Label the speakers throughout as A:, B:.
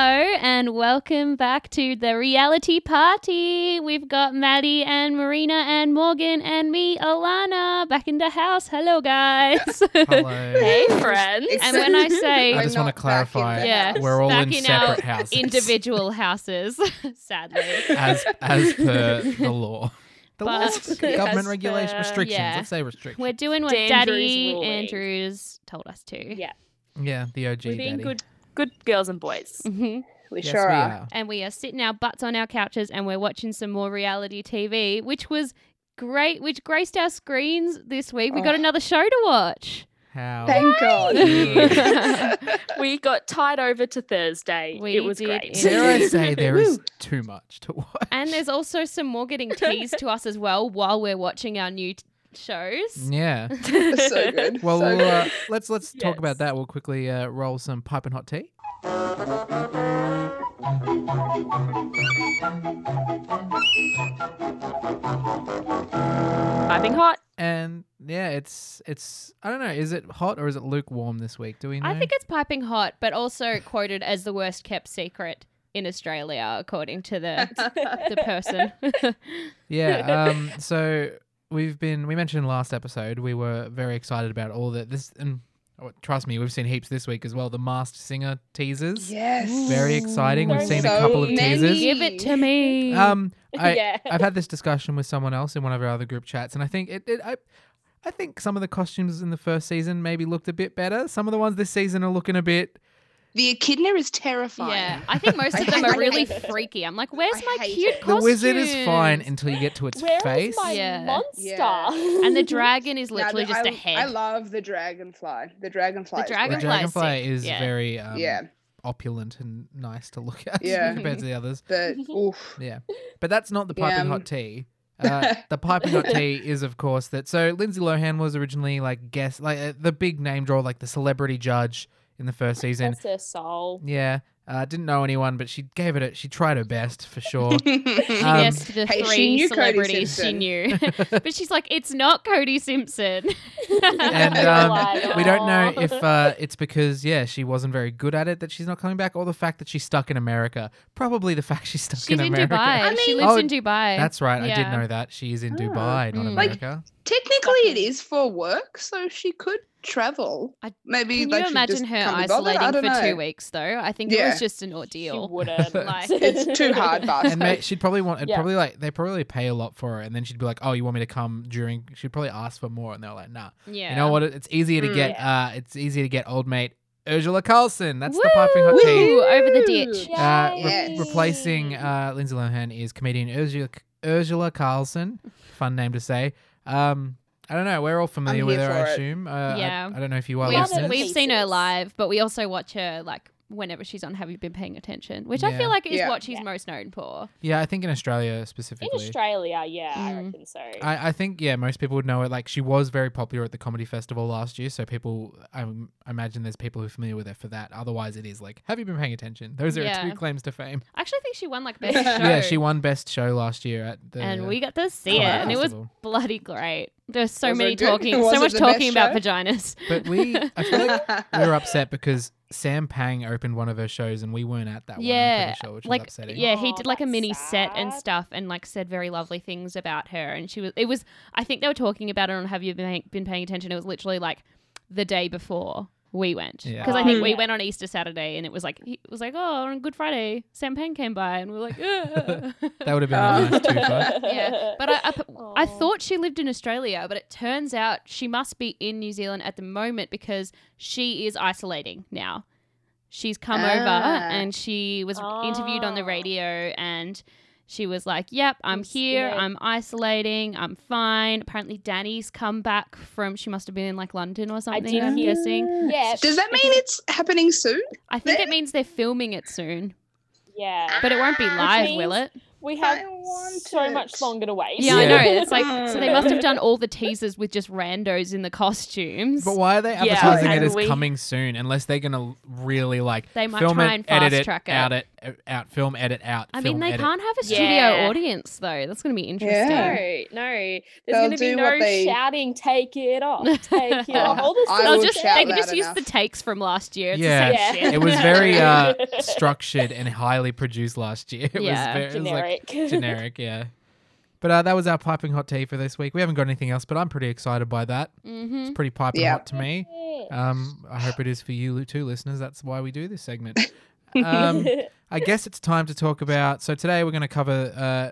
A: and welcome back to the reality party. We've got Maddie and Marina and Morgan and me, Alana, back in the house. Hello, guys.
B: Hello.
C: Hey, friends.
A: and when I
B: I
A: say
B: just
D: We're
B: want to
D: not back in
B: clarify.
D: the
A: Yeah.
D: house.
B: We're all
A: Back
B: in
A: in our
B: separate houses.
A: individual houses, sadly.
B: as as per the law. The
A: But-
B: laws, government regulation
C: per-
B: restrictions.
A: yeah.
B: Let's say restrictions.
A: We're doing what
C: Dandru's
A: Daddy
C: ruling.
A: Andrews told us to.
C: Yeah.
B: yeah, the OG.
C: We're being
B: daddy.
C: good, good girls and boys.
A: Mhm.
D: We
B: Yes,
D: sure
B: we
D: are.
B: are.
A: And we are sitting our butts on our couches and we're watching some more reality TV, which was great, which graced our screens this week. We got
D: Oh.
A: another show to watch.
B: How?
D: Thank God.
C: We got tied over to Thursday.
A: We
C: it was
A: did
C: great.
A: indeed.
B: Dare I say there is too much to watch?
A: And there's also some more getting teased to us as well while we're watching our new t- shows.
B: yeah.
D: so good.
B: Well,
D: so good.
B: uh, let's let's talk about
C: Yes.
B: that. We'll quickly uh, roll some pipe and hot tea.
C: Piping hot.
B: And yeah, it's it's I don't know. Is it hot or is it lukewarm this week? Do we know?
A: I think it's piping hot, but also quoted as the worst kept secret in Australia, according to the the person.
B: Yeah. Um, so we've been we mentioned last episode we were very excited about all that this and oh, trust me we've seen heaps this week as well. The Masked Singer teasers,
D: yes.
B: very exciting. We've
C: There's
B: seen a
D: so
B: couple of
D: many.
B: teasers.
A: Give it to me.
B: Um, I,
C: yeah.
B: I've had this discussion with someone else in one of our other group chats, and I think it, it I, I think some of the costumes in the first season maybe looked a bit better. Some of the ones this season are looking a bit.
E: The echidna is terrifying.
A: yeah, I think most of them are really freaky. I'm like, where's
E: I
A: my
E: hate
A: cute
E: it.
B: The
A: costume?
B: wizard is fine until you get to its
C: Where is
B: face.
C: my
A: Yeah.
C: monster?
D: Yeah.
A: and the dragon is
D: Now,
A: literally
D: the-
A: just
D: I,
A: a head.
D: I love the dragonfly. The
A: The
D: dragonfly. is
B: the
A: dragonfly
D: great.
A: is
B: dragonfly
A: sick,
B: is
A: yeah.
B: very um,
D: Yeah.
B: opulent and nice to look at
D: Yeah.
B: compared to the others.
D: But oof.
B: Yeah, but that's not the piping
D: Yeah.
B: hot tea. Uh, the piping hot tea is, of course, that. So Lindsay Lohan was originally like guest, like uh, the big name draw, like the celebrity judge in the first season.
C: Bless her soul.
B: Yeah, uh, didn't know anyone, but she gave it. A, she tried her best for sure.
A: she
B: Um,
A: guessed the
D: Hey, she
A: three
D: knew Cody
A: celebrities she
D: Simpson.
A: knew, but she's like, it's not Cody Simpson.
B: and
C: Wow.
B: um, we don't know if uh, it's because yeah she wasn't very good at it that she's not coming back, or the fact that she's stuck in America. Probably the fact she's stuck
A: She's in
B: America.
A: Dubai.
E: I
A: she
E: mean-
A: lives
B: Oh,
A: in Dubai.
B: That's right. I did
A: Yeah.
B: know that she is in
D: Ah.
B: Dubai, not
A: Mm.
E: Like,
B: America.
E: Technically, it is for work, so she could travel.
A: I-
E: Maybe
A: Can
E: like
A: you
E: she just
A: imagine her
E: can't be bothered?
A: isolating
E: I
A: for
E: don't know.
A: two weeks though? I think it
D: Yeah.
A: was just an
C: She
A: ordeal.
C: wouldn't.
A: Like-
D: It's too hard, Bart.
B: and ma- she'd probably want. It
C: Yeah.
B: Probably like they probably pay a lot for it, and then she'd be like, "Oh, you want me to come during?" She'd probably ask for more, and they're like, "Nah."
A: Yeah.
B: You know what? It's easier to
D: Mm.
B: get. Uh, it's easier to get old mate Ursula Carlson. That's the piping hot tea.
A: Woo! Over the ditch.
B: Uh, re-
D: Yes.
B: Replacing uh, Lindsay Lohan is comedian Ursula, Ursula Carlson. Fun name to say. Um, I don't know. We're all familiar
D: I'm
B: with her,
D: here
B: I
D: for it.
B: assume. Uh, I-
A: Yeah.
B: I, don't know if you are
C: Love it.
B: listeners.
A: We've, we've seen her
C: Pieces.
A: live, but we also watch her like whenever she's on Have You Been Paying Attention, which I
B: Yeah.
A: feel like is
D: Yeah.
A: what she's
C: Yeah.
A: most known for.
B: Yeah, I think in Australia
C: In
B: specifically.
C: Australia, yeah, I
A: Mm.
C: reckon so.
B: I, I think yeah, most people would know it. Like she was very popular at the comedy festival last year, so people I m- imagine there's people who are familiar with her for that. Otherwise, it is like, have you been paying attention? Those are her
A: Yeah.
B: two claims to fame.
A: I actually think she won like best show.
B: Yeah, she won best show last year at the
A: and we got to see it,
B: comedy
A: and it was
B: festival.
A: bloody great. There's so
D: Was it
A: many
D: good?
A: talking,
D: Was
A: so
D: it
A: much
D: the best
A: talking about
D: show?
A: vaginas.
B: But we, I feel like we were upset because Sam Pang opened one of her shows and we weren't at that one. I'm
A: Yeah,
B: pretty sure, which was
A: like
B: upsetting.
A: yeah, he
C: Aw,
A: did like a
C: that's
A: mini set and
C: sad.
A: stuff, and like said very lovely things about her. And she was, it was, I think they were talking about it on Have You Been, been Paying Attention? It was literally like the day before we went
B: Yeah.
A: because I
C: Oh,
A: think we
C: yeah.
A: went on Easter Saturday, and it was like he it was like oh on Good Friday, Sam Pang came by, and we were like, "Ugh."
B: That would have been
D: Oh.
B: a nice twofer.
A: yeah. But I, I, p- I
C: Aw.
A: thought she lived in Australia, but it turns out she must be in New Zealand at the moment because she is isolating now. She's come over
D: Ah.
A: and she was interviewed on the
C: Ah.
A: radio and she was like, "Yep, I'm
C: Yes,
A: here.
C: yeah.
A: I'm isolating. I'm fine." Apparently, Danny's come back from. She must have been in like London or something.
C: did
A: I'm
C: hear-
A: guessing.
C: yeah,
E: Does that mean it's happening soon?
A: I think it means they're filming it soon,
C: yeah.
A: but it won't be
C: Which
A: live, will it?
C: We have
D: I want
C: so
D: it.
C: much longer to wait.
A: Yeah, I
B: Yeah.
A: know. It's like so
D: Mm.
A: they must have done all the teasers with just randos in the costumes.
B: But why are they
C: Yeah,
B: advertising it
C: and
B: as
C: we-
B: coming soon? Unless they're gonna really like
A: They might
B: film
A: try
B: it,
A: and
B: edit
A: fast
B: it,
A: track it.
B: out it, uh, out, film, edit out.
A: I mean,
B: film,
A: they
B: edit.
A: can't have a studio
C: Yeah.
A: audience though. That's going to be
D: Yeah.
A: interesting.
C: No, no. There's
D: They'll
C: going to be
D: do
C: no
D: what they-
C: shouting, take it off, take it
A: Oh,
C: off. All this
D: I
C: stuff.
A: They'll
D: will
A: just
D: shout
A: they can
D: loud
A: just use the
D: enough.
A: takes from last year. It's
B: Yeah.
A: the
C: Yeah.
A: same shit.
B: It was very uh, structured and highly produced last year. It
A: Yeah,
B: was very it was, like,
C: generic.
B: generic, yeah. But uh, that was our piping hot tea for this week. We haven't got anything else, but I'm pretty excited by that.
A: hmm
B: It's pretty piping
D: Yeah.
B: hot to me. Um, I hope it is for you too, listeners. That's why we do this segment. Um, I guess it's time to talk about. So today we're going to cover. Uh,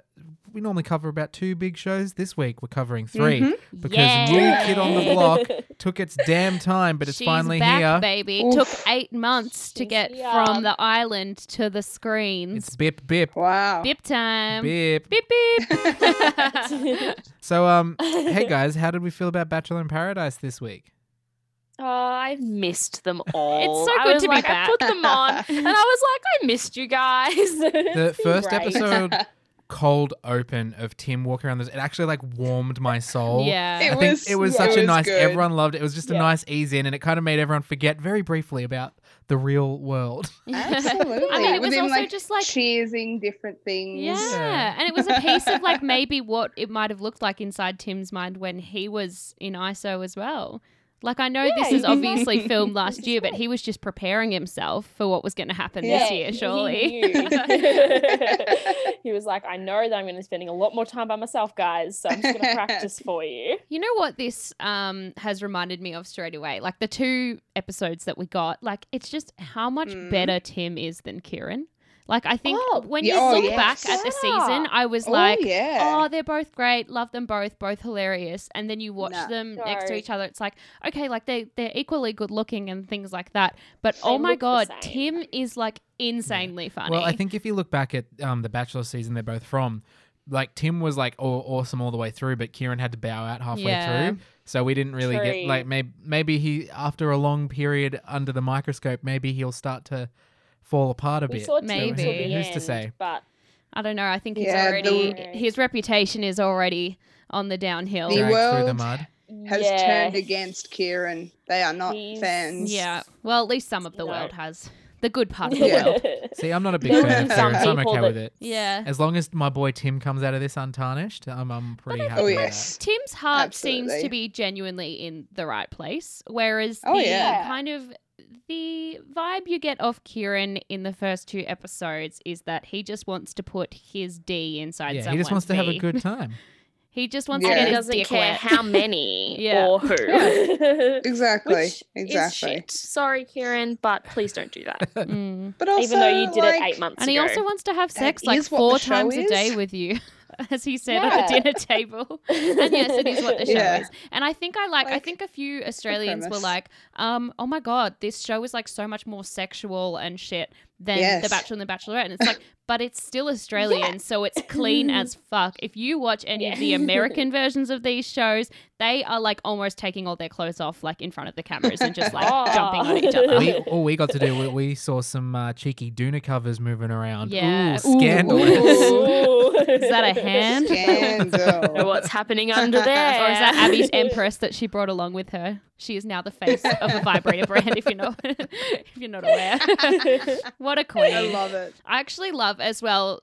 B: we normally cover about two big shows. This week we're covering 3
A: Mm-hmm.
D: Mm-hmm.
B: because
A: Yeah.
B: new kid on the block took its damn time, but it's
A: She's
B: finally
A: back,
B: here.
A: baby.
D: Oof.
A: Took eight months to
C: She's
A: get
C: here.
A: from the island to the screens.
B: It's bip bip
D: Wow.
A: Bip time.
B: bip.
A: Beep beep.
B: So um, hey guys, how did we feel about Bachelor in Paradise this week?
C: Oh, I've missed them all.
A: so
C: I
A: good
C: was
A: to be
C: like,
A: back.
C: I put them on, and I was like, I missed you guys.
B: The first episode, cold open of Tim walking around. This, it actually like warmed my soul.
A: yeah.
D: It
B: I think
D: was-
B: it was
D: yeah.
B: such
D: it
B: a
D: was
B: nice.
D: good.
B: Everyone loved it. It was just a
C: Yeah.
B: nice ease in, and it kind of made everyone forget very briefly about the real world.
D: Absolutely.
A: I mean, it
D: With
A: was
D: him,
A: also
D: like,
A: just like
D: cheersing different things. Oh,
A: Yeah. And it was a piece of like maybe what it might have looked like inside Tim's mind when he was in ISO as well. Like I know this
C: Yeah,
A: is
C: he was-
A: obviously filmed last
C: is
A: year, but he was just preparing himself for what was going to happen this year, surely.
C: He, knew. He was like, I know that I'm going to be spending a lot more time by myself, guys, so I'm just going to practice for you.
A: You know what this um has reminded me of straight away? Like the two episodes that we got, like it's just how much
D: Mm.
A: better Tim is than Kieran. Like I think
C: Oh,
A: when
D: yeah,
A: you
D: oh,
A: look
D: yes.
A: back at the season,
C: Yeah.
A: I was
D: Oh,
A: like,
D: yeah.
A: oh, they're both great, love them both, both hilarious. And then you watch
D: No.
A: them next to
C: No.
A: each other, it's like, okay, like they they're equally good looking and things like that. But
C: They
A: oh my
C: look the
A: god,
C: same.
A: Tim is like insanely funny.
B: Well, I think if you look back at um, the Bachelor season they're both from, like Tim was like aw- awesome all the way through, but Kieran had to bow out halfway
A: Yeah.
B: through. So we didn't really get
C: True.
B: like maybe maybe he after a long period under the microscope, maybe he'll start to fall apart a
C: We
B: bit.
C: saw Tim
A: Maybe.
C: till the
B: Who's to
C: end,
B: say?
C: But
A: I don't know. I think he's
D: Yeah, the-
A: already his reputation is already on the downhill.
D: The
B: Dragged through the
D: world-
B: mud.
A: oh,
D: Has
C: yeah,
D: turned against Kieran. They are not
C: He's-
D: fans.
A: Yeah. Well, at least some of the
C: No.
A: world has. The good part of the
D: Yeah.
A: world.
B: See, I'm not a big
C: There
B: fan
C: will
B: of
C: be some
B: Kieran, so I'm
C: people
B: okay
C: that-
B: with it.
A: Yeah.
B: As long as my boy Tim comes out of this untarnished, I'm, I'm pretty happy.
D: Oh
B: with
D: yes.
A: Tim's heart seems to
D: Absolutely.
A: be genuinely in the right place, whereas
D: Oh,
A: the
D: yeah.
A: kind of the vibe you get off Kieran in the first two episodes is that he just wants to put his D
B: that.
A: inside
B: Yeah,
A: someone.
B: he just wants to have a
A: V.
B: good time.
A: He just wants
D: Yeah.
A: to
C: and
A: get
C: he
A: his
C: doesn't
A: dick
C: care
A: wet.
C: how many
A: Yeah.
C: or who.
D: Exactly.
C: Which
D: exactly.
C: Is shit. Sorry, Kieran, but please don't do that.
A: Mm.
D: But also,
C: Even though you did
D: like,
C: it eight months
A: And
C: ago.
A: he also wants to have
D: That
A: sex like
D: is what the
A: four
D: show
A: times a day
D: is.
A: with you, as he said at the
D: Yeah.
A: dinner table. and yes, it is what the show
D: Yeah.
A: is. And I think I like, I
D: Like,
A: think a few Australians were
D: premise.
A: like, um, oh my god, this show is like so much more sexual and shit than The
D: Yes.
A: Bachelor and The Bachelorette. And it's like, but it's still Australian, so it's clean as fuck. If you watch any of the
C: Yeah.
A: American versions of these shows, they are like almost taking all their clothes off, like in front of the cameras and just like
C: Oh.
A: jumping on each other.
B: we, all we got to do, we, we saw some uh, cheeky Duna covers moving around.
A: Yeah.
B: Ooh, scandalous.
A: Is that a hand?
C: Know
D: Scandal.
C: what's happening under there?
A: Or is that Abby's Empress that she brought along with her? She is now the face of a vibrator brand. If you're not, if you're not aware, what a queen!
D: I love it.
A: I actually love as well.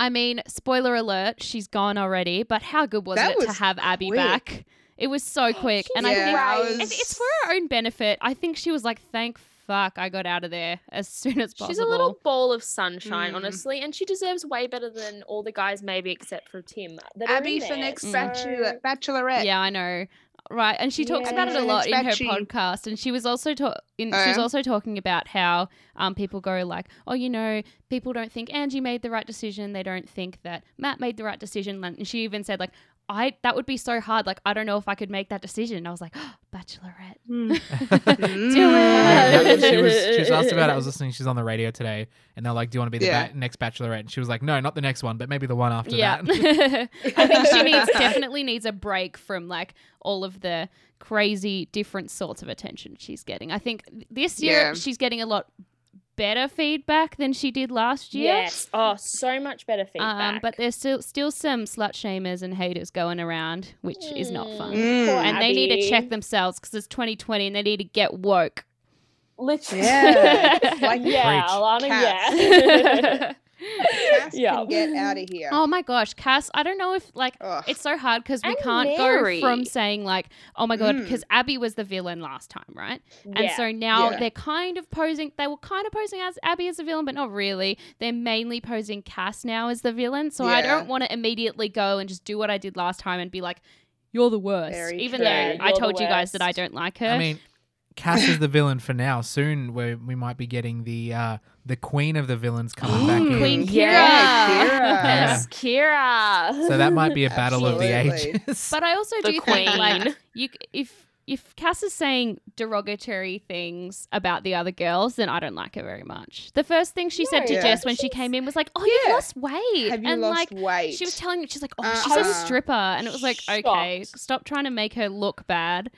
A: I mean, spoiler alert, she's gone already. But how good was
D: That
A: it to
D: was
A: have Abby
D: quick.
A: back? It was so quick, and I
D: Yeah,
A: think
D: I
A: and
D: was-
A: it's for her own benefit. I think she was like, "Thank fuck, I got out of there as soon as possible."
C: She's a little ball of sunshine,
D: Mm.
C: honestly, and she deserves way better than all the guys, maybe except for Tim. that are in
E: Abby for
C: there,
E: next
C: so-
E: bachelor- bachelorette.
A: Yeah, I know. Right, and she talks
C: Yeah.
A: about it a
E: And it's
A: lot in her
E: patchy.
A: podcast, and she was also ta- in,
D: Oh,
A: she was
D: yeah?
A: also talking about how um, people go like, oh, you know, people don't think Angie made the right decision, they don't think that Matt made the right decision, and she even said like, I that would be so hard, like I don't know if I could make that decision. I was like, oh, Bachelorette,
D: Mm.
A: do
B: Yeah,
A: it.
B: that- she was she was asked about it. I was listening. She's on the radio today, and they're like, "Do you want to be the
D: Yeah.
B: ba- next Bachelorette?" And she was like, "No, not the next one, but maybe the one after
A: yeah,
B: that."
A: I think she needs definitely needs a break from like all of the crazy different sorts of attention she's getting. I think this year
D: Yeah.
A: she's getting a lot better feedback than she did last year.
C: Yes. Oh, so much better feedback.
A: Um, but there's still still some slut shamers and haters going around, which is not fun.
D: Mm.
C: Poor
A: And they need to
C: Abby.
A: check themselves because it's 2020 and they need to get woke.
C: Literally.
D: Yeah. Like-
C: yeah,
B: Preach.
C: Alana,
D: Cats.
C: yeah.
D: Cass
C: Yeah.
D: can get out of here.
A: oh my gosh, Cass, I don't know if like
D: Ugh.
A: it's so hard because we
C: And
A: can't
C: Mary.
A: go from saying like, oh my god,
D: Mm.
A: because Abby was the villain last time, right? And
C: yeah.
A: so now
D: Yeah.
A: they're kind of posing, they were kind of posing as Abby as the villain, but not really. They're mainly posing Cass now as the villain. So I
D: Yeah.
A: don't want to immediately go and just do what I did last time and be like, you're the worst.
D: Very
A: Even
D: true.
A: though
D: Yeah,
A: I
C: you're the
A: told you guys that I
C: worst.
A: don't like her.
B: I mean, Cass is the villain for now. Soon we we might be getting the uh, the queen of the villains coming back in.
A: Queen
D: Mm,
A: Kira.
D: Yeah,
B: Yeah.
D: Kira.
C: Yes, Kira.
B: So that might be a battle of the
D: Absolutely.
B: ages.
A: but I also
C: the
A: do
C: queen.
A: think like you c- if if Cass is saying derogatory things about the other girls, then I don't like her very much. The first thing she said to
D: No,
A: Jess when she came in was like, "Oh, you've
D: Yeah.
A: lost weight,"
D: Have you
A: and
D: lost
A: like
D: weight?
A: she was telling me, she's like, "Oh,
D: Uh,
A: she's
D: I
A: a
D: was
A: stripper," and it was like, "Okay,
C: Uh-huh. shocked.
A: stop trying to make her look bad."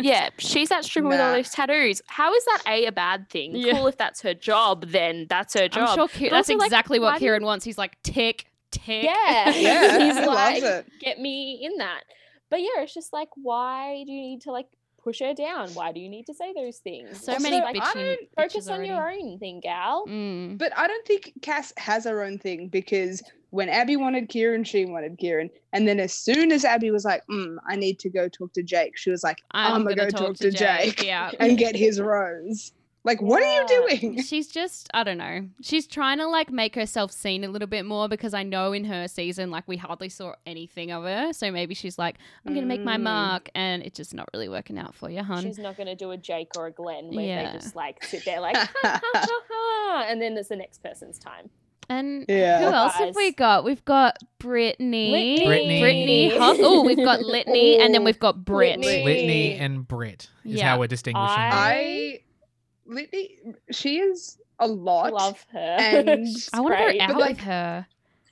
C: yeah, she's that stripper with all
D: Nah.
C: those tattoos. How is that a a bad thing?
A: Yeah.
C: Cool if that's her job, then that's her job.
A: I'm sure Ki-
C: But
A: that's
C: also, like,
A: exactly
C: why
A: what
C: do you-
A: Kieran wants. He's like, "Tick, tick."
C: Yeah,
D: yeah,
C: he's
D: he loves
C: like,
D: it.
C: get me in that. But yeah, it's just like, why do you need to like push her down? Why do you need to say those things?
A: So
C: Also,
A: many
C: like,
A: bitchy-
D: don't-
A: bitches
C: focus on your
A: already.
C: own thing, gal.
A: Mm.
D: But I don't think Cass has her own thing because when Abby wanted Kieran, she wanted Kieran. And then as soon as Abby was like, mm, I need to go talk to Jake, she was like,
A: I'm,
D: I'ma
A: gonna, talk, to Jake. Yeah.
D: and get his rose. Like, what are you
C: Yeah.
D: doing?
A: she's just i don't know she's trying to like make herself seen a little bit more because i know in her season like we hardly saw anything of her so maybe she's like i'm gonna make my
D: Mm.
A: mark and it's just not really working out for you hun
C: She's not going to do a Jake or a Glenn where
A: Yeah.
C: they just like sit there like, ha, ha, ha, ha, and then it's the next person's time.
A: and who
D: Yeah.
A: else have we got we've got brittany
B: Brittany.
A: brittany oh we've got litany and then
D: Ooh,
A: we've got brit
D: Brittany.
B: Litany and Brit is
A: Yeah.
B: how we're distinguishing. them.
D: I,
C: I-
D: Litany, she is a lot.
C: Love her.
D: And
C: She's
A: i want to
C: great.
A: go out
D: like-
A: with her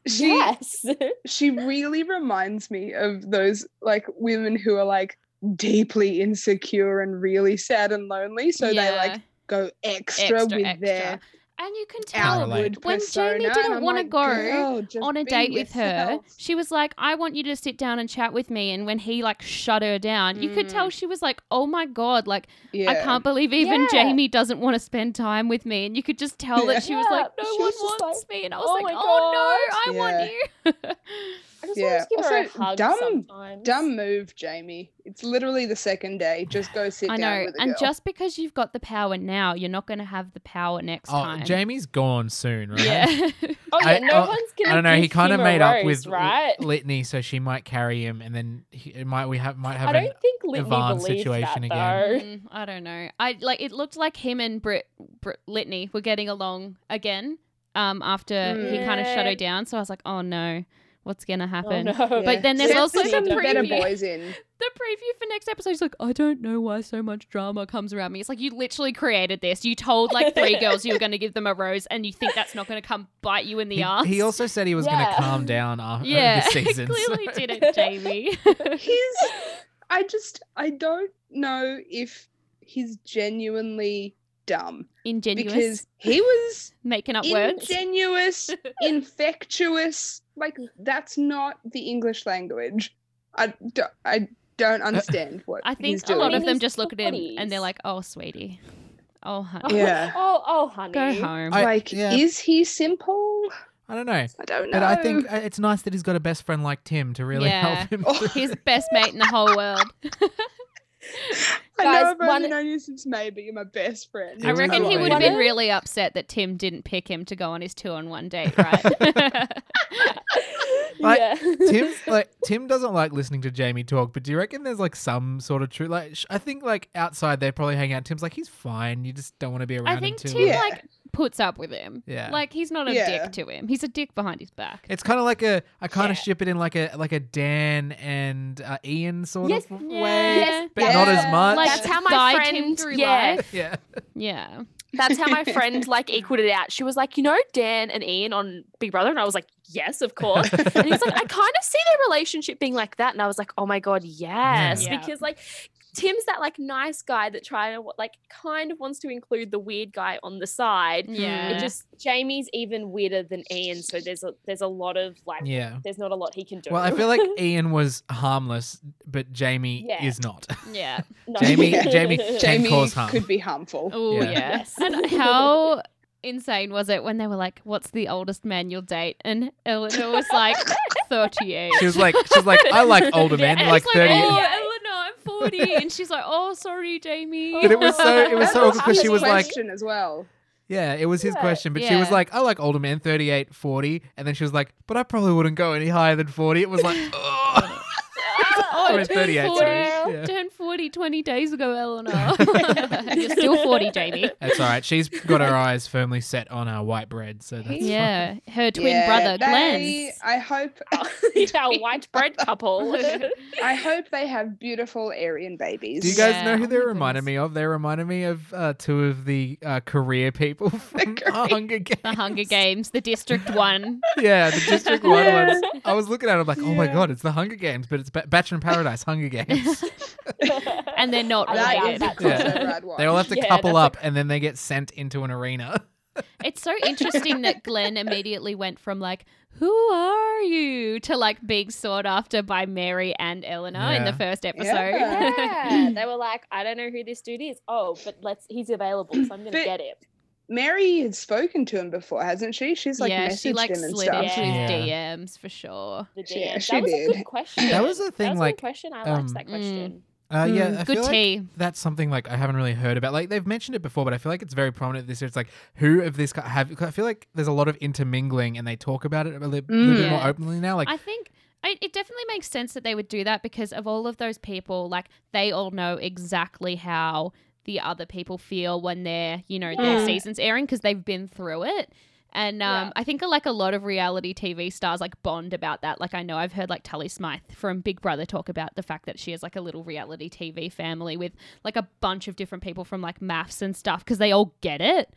D: She
C: Yes.
D: she really reminds me of those like women who are like deeply insecure and really sad and lonely. So they like go extra,
A: extra,
D: with
A: extra.
D: their
A: and you can tell
B: Kinda like-
D: outward
A: When Jamie
D: persona. and
A: didn't
D: I'm
A: wanna
D: like,
A: go
D: "Girl, just
A: on a
D: be
A: date with her,
D: yourself."
A: she was like, I want you to sit down and chat with me. And when he like shut her down, you could
D: Mm.
A: tell she was like, Oh my God, like
D: Yeah.
A: I can't believe even
C: Yeah.
A: Jamie doesn't want to spend time with me. And you could just tell that she was
C: Yeah.
A: like, No
C: She
A: one
C: was just
A: wants me. And I was
C: "Oh
A: like,
C: my
A: Oh no, I
D: God."
A: want you.
C: I just
D: Yeah.
C: want to give her a
D: Also,
C: hug
D: dumb-
C: sometimes.
D: Dumb move, Jamie. It's literally the second day. Just go sit
A: I
D: down
A: know.
D: with a
A: And
D: girl.
A: just because you've got the power now, you're not going to have the power next
B: Oh,
A: time.
B: Jamie's gone soon, right?
A: Yeah.
C: Oh yeah,
B: I-
C: no
B: oh,
C: one's gonna.
B: I don't know. He
C: kind of
B: made
C: rose,
B: up with L-
C: right.
B: Litany, so she might carry him, and then he, it might we have might have.
C: I
B: an,
C: don't think Litany
B: Yvonne
C: believes
B: situation
C: that
B: again.
C: though.
A: Mm, I don't know. I like it looked like him and Brit, Brit Litney were getting along again um, after he kind
D: Mm.
A: of shut
C: Yeah.
A: her down. So I was like, oh no, what's gonna
C: Oh,
A: happen?
C: no.
A: But then there's
D: Send
A: also the
D: some better
A: preview.
D: boys in.
A: The preview for next episode is like, I don't know why so much drama comes around me. It's like you literally created this. You told like three girls you were gonna give them a rose, and you think that's not gonna come bite you in the
B: he,
A: ass.
B: he also uh, said he was going
C: Yeah.
B: to calm down after
A: yeah,
B: this season. so-
A: clearly did it, Jamie.
D: He's. I just. I don't know if he's genuinely dumb
A: Ingenuous,
D: because he was
A: making up words.
D: ingenuous, infectious. Like that's not the English language. I. Do, I don't understand what
A: I
D: he's
A: think a
D: doing.
A: lot of
C: doing.
A: them just look at him and they're
C: Please.
A: like, "Oh, sweetie, oh honey,
D: Yeah.
C: Oh, oh, honey.
A: go home."
B: I-
D: like,
B: yeah.
D: is he simple?
B: I don't know,
D: I don't know.
B: but I think uh, it's nice that he's got a best friend like Tim to really
A: Yeah.
B: help him.
D: Oh,
A: His best mate in the whole world.
D: I
C: Guys,
D: know I've only
C: one-
D: known you since May, but you're my best friend.
B: Yeah,
A: I
B: we
A: reckon
B: know
A: he
B: what
A: would have
B: it
A: been
C: is.
A: really upset that Tim didn't pick him to go on his two on one date, right?
B: Like,
C: yeah.
B: Tim like Tim doesn't like listening to Jamie talk, but do you reckon there's like some sort of truth? Like sh- I think like outside they probably hang out. Tim's like he's fine. You just don't want to be around
A: I think
B: him too.
A: Tim
B: much."
D: Yeah.
A: like puts up with him.
B: Yeah.
A: Like he's not a
D: Yeah.
A: dick to him. He's a dick behind his back.
B: It's kind of like a I kind
C: Yeah.
B: of ship it in like a like a Dan and uh, Ian sort
C: Yes,
B: of
A: yeah.
B: way,
A: Yes,
B: but not
D: yeah.
B: as much.
A: Like
C: That's how my
A: guide
C: friend-
A: him through
C: yeah.
A: life.
B: yeah.
A: Yeah.
C: That's how my friend like equaled it out. She was like, you know, Dan and Ian on Big Brother, and I was like, yes, of course. And he's like, I kind of see their relationship being like that, and I was like, oh my god, yes,
A: Yeah.
C: because like Tim's that like nice guy that try to like kind of wants to include the weird guy on the side.
A: Yeah.
C: It just Jamie's even weirder than Ian, so there's a there's a lot of like
B: Yeah.
C: there's not a lot he can do.
B: Well, I feel like Ian was harmless, but Jamie
C: Yeah.
B: is not.
A: yeah.
C: No.
B: Jamie- Jamie-
D: Jamie
B: cause harm.
D: could be harmful.
A: Oh
B: Yeah.
A: yes.
C: Yes.
A: And how insane was it when they were like, "What's the oldest man you'll date?" And Eleanor was like, 38.
B: She was like, she was like, I like older men,
A: And
B: like
A: it's
B: thirty.
A: Oh, Eleanor, I'm 40, and she's like, "Oh, sorry, Jamie."
B: But it was so- it was
D: That
B: so awkward 'cause
D: his
B: she was like-
D: question as well.
B: yeah, it was his
C: Yeah.
B: question, but she was
A: Yeah.
B: like, I like older men, 38, 40. and then she was like, but I probably wouldn't go any higher than forty. It was like, oh,
A: Oh,
B: I mean,
A: turned
B: 38,
A: 40,
B: sorry. Yeah.
A: turned 40 20 days ago, Eleanor. You're still 40, Jamie.
B: that's all right. She's got her eyes firmly set on our white bread, so that's
A: Yeah, her twin
D: Yeah,
A: brother,
D: they- I hope
C: Our white bread couple.
A: Glenn's.
D: I hope they have beautiful Aryan babies.
B: Do you guys
A: Yeah.
B: know who
A: Oh
B: they
A: my
B: reminded
A: goodness.
B: me of? They reminded me of uh, two of the uh, career people from uh,
D: career-
B: Hunger Games.
A: the Hunger Games, the District 1.
B: Yeah, the District One
D: Yeah.
B: ones. I was looking at it like, oh my
D: Yeah.
B: god, it's the Hunger Games, but it's ba- Bachelor in Paradise, Hunger Games.
A: And they're not
C: I
D: that
C: love
D: is
A: related.
D: a
C: that
D: crossover
A: Yeah.
D: I'd watch.
B: They all have to
C: Yeah,
B: couple up
C: that's
B: and then they get sent into an arena.
A: It's so interesting that Glenn immediately went from like, who are you? to like being sought after by Mary and Eleanor in the
B: Yeah.
A: first episode.
C: yeah, they were like, I don't know who this dude is. Oh, but let's he's available, so I'm gonna
D: But-
C: get him.
D: Mary had spoken to him before, hasn't she? She's like
A: yeah,
D: messaged
A: she like
D: him and
A: slid
D: stuff.
A: into
B: Yeah.
A: his DMs for sure.
C: The
D: She-
C: DM.
D: she
C: that was a
D: did.
C: good question.
B: That was the thing,
C: That was a good
B: like,
C: question. I
B: um,
C: liked that
A: Mm.
C: question.
B: Uh, yeah,
A: Mm,
B: I
A: good
B: feel like
A: tea.
B: that's something like I haven't really heard about. Like they've mentioned it before, but I feel like it's very prominent this year. It's like who of this guy have? 'cause I feel like there's a lot of intermingling, and they talk about it a li- little
D: Mm.
B: bit more
A: Yeah.
B: openly now. Like
A: I think I, it definitely makes sense that they would do that because of all of those people, like they all know exactly how the other people feel when they're, you know, their
C: Yeah.
A: seasons airing because they've been through it. And um,
C: Yeah.
A: I think like a lot of reality TV stars like bond about that. Like I know I've heard like Tully Smythe from Big Brother talk about the fact that she has like a little reality TV family with like a bunch of different people from like maths and stuff because they all get it.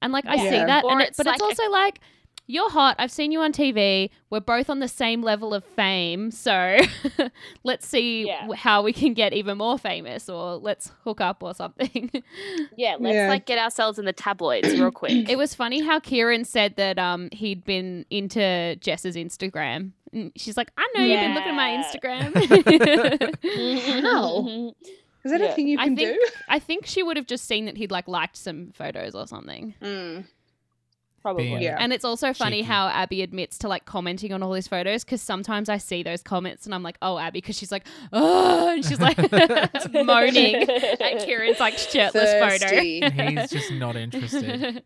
A: And like I see
D: Yeah.
A: that,
C: Or
A: and it,
C: it's
A: but it's
C: like a-
A: also like you're hot. I've seen you on TV. We're both on the same level of fame, so let's see
C: Yeah.
A: w- how we can get even more famous, or let's hook up or something.
C: Yeah, let's
D: Yeah.
C: like get ourselves in the tabloids real quick.
A: it was funny how Kieran said that um he'd been into Jess's Instagram. And she's like, I know you've been looking at my Instagram.
D: How? Is that
C: Yeah.
D: a thing you
A: I
D: can
A: think-
D: do?
A: I think she would have just seen that he'd like liked some photos or something.
D: Hmm.
C: Probably.
B: Being-
D: Yeah.
A: And it's also funny
B: Cheeky.
A: how Abby admits to like commenting on all these photos because sometimes I see those comments and I'm like, oh, Abby, because she's like, oh, and she's like moaning at Kieran's like shirtless
D: Thirsty.
A: photo.
B: he's just not interested.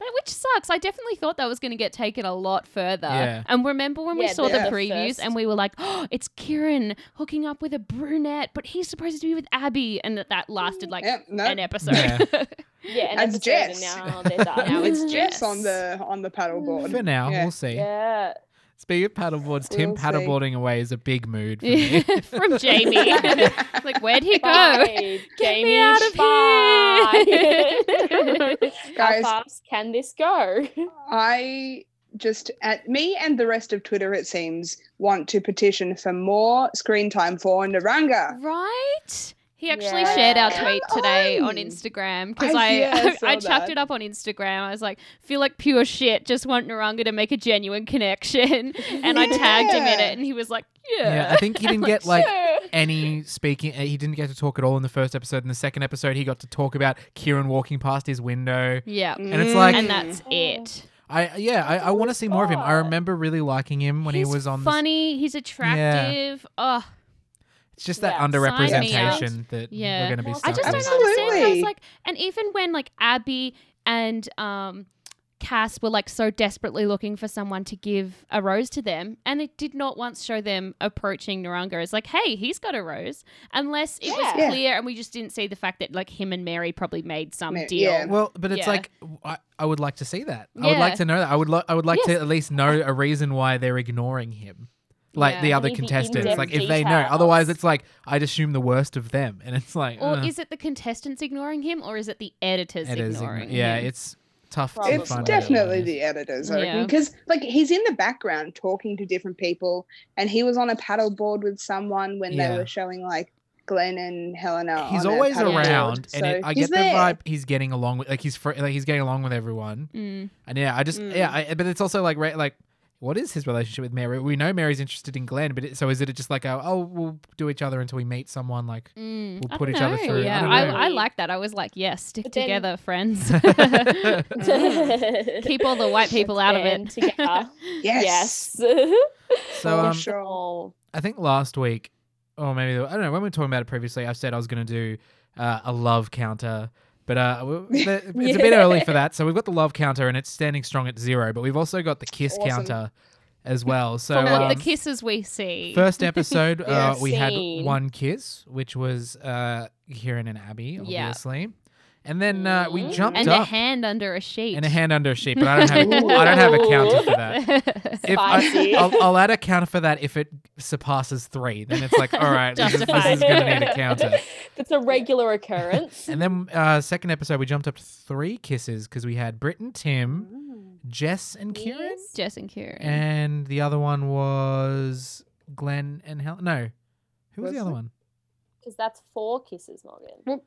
A: But which sucks. I definitely thought that was going to get taken a lot further.
B: Yeah.
A: And remember when we
C: Yeah,
A: saw
D: the-
A: the
D: the
A: previews
C: first-
A: and we were like, oh, it's Kieran hooking up with a brunette, but he's supposed to be with Abby. And that, that lasted like
D: Yeah, no.
A: an episode.
B: Yeah.
C: Yeah, and
D: That's
C: that's Jess.
D: Jess.
C: Now they're done.
A: Now it's
D: It's
A: Jess.
D: Jess on the on the paddleboard.
B: For now,
D: Yeah.
B: we'll see.
C: Yeah.
B: Speaking of paddleboards, Tim
D: We'll see.
B: paddleboarding away is a big mood for me.
A: From Jamie. like, where'd he go?
C: Bye,
A: Get
C: Jamie,
A: me out of
C: bye.
A: here.
D: Guys.
C: How fast can this go?
D: I just at me and the rest of Twitter, it seems, want to petition for more screen time for Naranga.
A: right? He actually shared our
C: Yeah.
A: tweet
D: Come
A: today on
D: on.
A: Instagram because
D: I-
A: I
D: yeah, I saw
A: I, chucked
D: that.
A: it up on Instagram. I was like, feel like pure shit. Just want Naranga to make a genuine connection, and I tagged him in
D: Yeah.
A: it, and he was like,
B: yeah,
A: yeah.
B: I think he didn't get like
C: Sure.
B: any speaking. uh, He didn't get to talk at all in the first episode. In the second episode, he got to talk about Kieran walking past his window.
A: Yeah.
D: And
B: it's like-
A: And that's it.
B: I yeah, I, I want to see more of him. I
C: God.
B: remember really liking him when
A: He's
B: he was on. this-
A: funny. He's attractive. Oh,
B: it's just that
C: Yeah.
A: Sign me out.
B: underrepresentation that
A: Yeah.
B: we're going to be
C: Well,
A: I
B: stuck
A: just don't
B: with.
A: understand. How it's
D: Absolutely.
A: like, and even when like Abby and um, Cass were like so desperately looking for someone to give a rose to them, and it did not once show them approaching Naranga as like, "Hey, he's got a rose," unless it was
C: Yeah.
D: Yeah.
A: clear, and we just didn't see the fact that like him and Mary probably made some
D: Ma-
A: deal.
D: yeah.
B: Well, but it's
A: Yeah.
B: like I, I would like to see that. I would like
A: Yeah.
B: to know that. I would lo- I would like
C: Yes.
B: to at least know a reason why they're ignoring him. Like
A: Yeah.
B: the other
C: Maybe in
B: contestants,
C: depth
B: like if they know. Otherwise, it's like I'd assume the worst of them, and it's like
A: Or
B: ugh.
A: is it the contestants ignoring him, or is it the editors
B: It is igno-
A: ignoring
B: Yeah,
A: him?
B: it's tough.
C: Probably.
B: To
D: It's
B: find out what
D: definitely
B: it is.
D: the editors,
A: Yeah.
D: because like he's in the background talking to different people, and he was on a paddleboard with someone when
B: Yeah.
D: they were showing like Glenn and Helena.
B: he's
D: on a
B: always
D: paddleboard,
B: around, and it,
D: so
B: I
D: he's
B: get the
D: there.
B: vibe he's getting along with, like he's fr- like he's getting along with everyone.
A: Mm.
B: And yeah, I just
D: Mm.
B: yeah, I, but it's also like ra- like what is his relationship with Mary? We know Mary's interested in Glenn, but it, so is it just like a, oh we'll do each other until we meet someone like
A: Mm.
B: We'll
A: I
B: put
A: don't
B: each other
A: know,
B: through. I
A: Yeah,
B: don't
A: I,
C: know.
A: I, like that. I was like, yes, stick
C: But then-
A: together, friends.
C: Mm.
A: Keep all the white people out of
C: Band
A: it.
C: together.
D: yes.
C: yes.
B: so um,
D: For sure.
C: Oh.
B: I think last week or maybe the- I don't know when we were talking about it previously I said I was going to do uh, a love counter but uh, w- the- it's a bit
C: Yeah.
B: early for that so we've got the love counter and it's standing strong at 0 but we've also got the kiss
D: Awesome.
B: counter as well so
A: For what
B: um,
A: the kisses we see.
B: First episode,
D: Yeah,
B: uh, we had
C: scene.
B: one kiss, which was uh, Kieran and Abby,
A: Yeah.
B: obviously, and then uh, we
C: Mhm.
B: jumped
A: and a
B: up
A: hand under a sheet.
B: and a hand under a sheet. But I don't have a, I don't have a counter for that. If I,
C: Spicy.
B: I'll, I'll add a counter for that if it surpasses three. Then it's like, all right, this is, this is
A: Justified.
B: going to need a counter.
C: It's a regular occurrence.
B: And then uh, second episode, we jumped up to three kisses because we had Britt and Tim,
D: Mm.
B: Jess and Kieran,
C: Yes.
A: Jess and Kieran.
B: and the other one was Glenn and Helen. No, who was the other one?
D: Wesley?
C: Because that's four kisses, Morgan.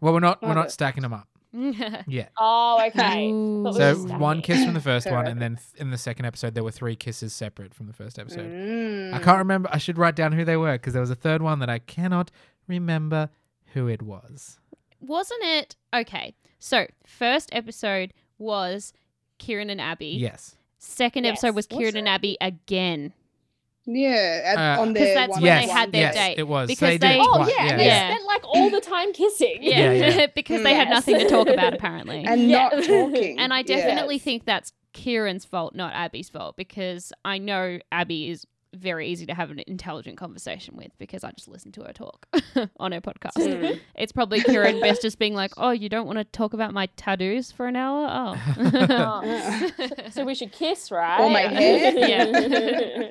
B: Well, we're not we're
D: Margaret.
B: not stacking them up. Yeah.
C: Oh, okay.
A: Ooh.
C: But we're
B: So
C: just stacking.
B: one kiss from the first one,
D: Fair.
B: and then th- in the second episode there were three kisses separate from the first episode.
D: Mm.
B: I can't remember. I should write down who they were because there was a third one that I cannot remember who it was.
A: Wasn't it okay? So first episode was Kieran and Abby.
B: Yes.
A: Second
C: Yes.
A: episode was
D: Was
A: Kieran and Abby again.
D: Yeah, at,
B: Uh,
D: on
A: 'Cause
D: their
A: that's
D: one
A: when
D: on
B: yes.
A: they had
D: one.
A: their
B: yes,
A: date.
B: It was.
A: because
B: they did
A: they-
B: it
C: Oh
B: twice.
C: yeah,
B: Yeah.
C: they
A: yeah.
C: spent like all the time kissing.
A: Yeah,
B: yeah.
A: because they had
C: Yes.
A: nothing to talk about apparently.
D: and
C: Yeah.
D: not talking.
A: And I
D: Yeah.
A: definitely
C: Yes.
A: think that's Kieran's fault, not Abby's fault, because I know Abby is very easy to have an intelligent conversation with because I just listen to her talk on her podcast.
D: Mm.
A: it's probably Kieran best just being like, "Oh, you don't want to talk about my tattoos for an hour? Oh,
D: Yeah.
C: So we should kiss, right?
D: Or Mm-hmm. Oh my hair.
A: Yeah.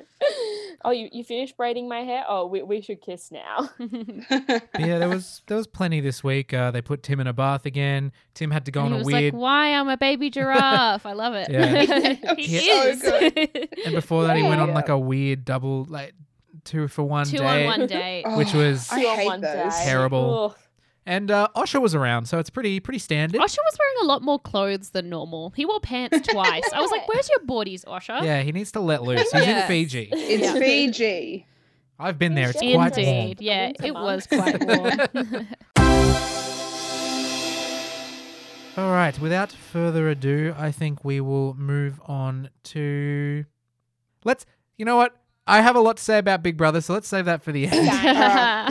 C: oh, you, you finished braiding my hair? Oh, we, we should kiss now.
B: But yeah, there was there was plenty this week. Uh, they put Tim in a bath again. Tim had to go
A: And
B: on
A: he
B: a
A: was
B: weird.
A: like, "Why I'm a baby giraffe? I love it."
B: Yeah.
A: he
D: So
A: is.
B: and before that, he went on
D: Yeah.
B: like a weird double, like two for one
A: Two
B: date,
A: on one date.
D: Oh,
B: which was
D: I
C: Two on
D: hate
C: one
D: those.
C: day.
B: Terrible.
C: Ugh.
B: and uh, Osha was around, so it's pretty pretty standard.
A: Osha was wearing a lot more clothes than normal. He wore pants twice. I was like, "Where's your boardies, Osha?"
B: Yeah, he needs to let loose. He's in
A: Yes.
B: Fiji.
D: it's
A: Yeah.
D: Fiji.
B: I've been there. It's
C: Indeed.
B: quite warm.
A: Indeed. Yeah,
C: Winter
A: it was
C: months.
A: quite warm.
B: All right. Without further ado, I think we will move on to. Let's. You know what? I have a lot to say about Big Brother, so let's save that for the end.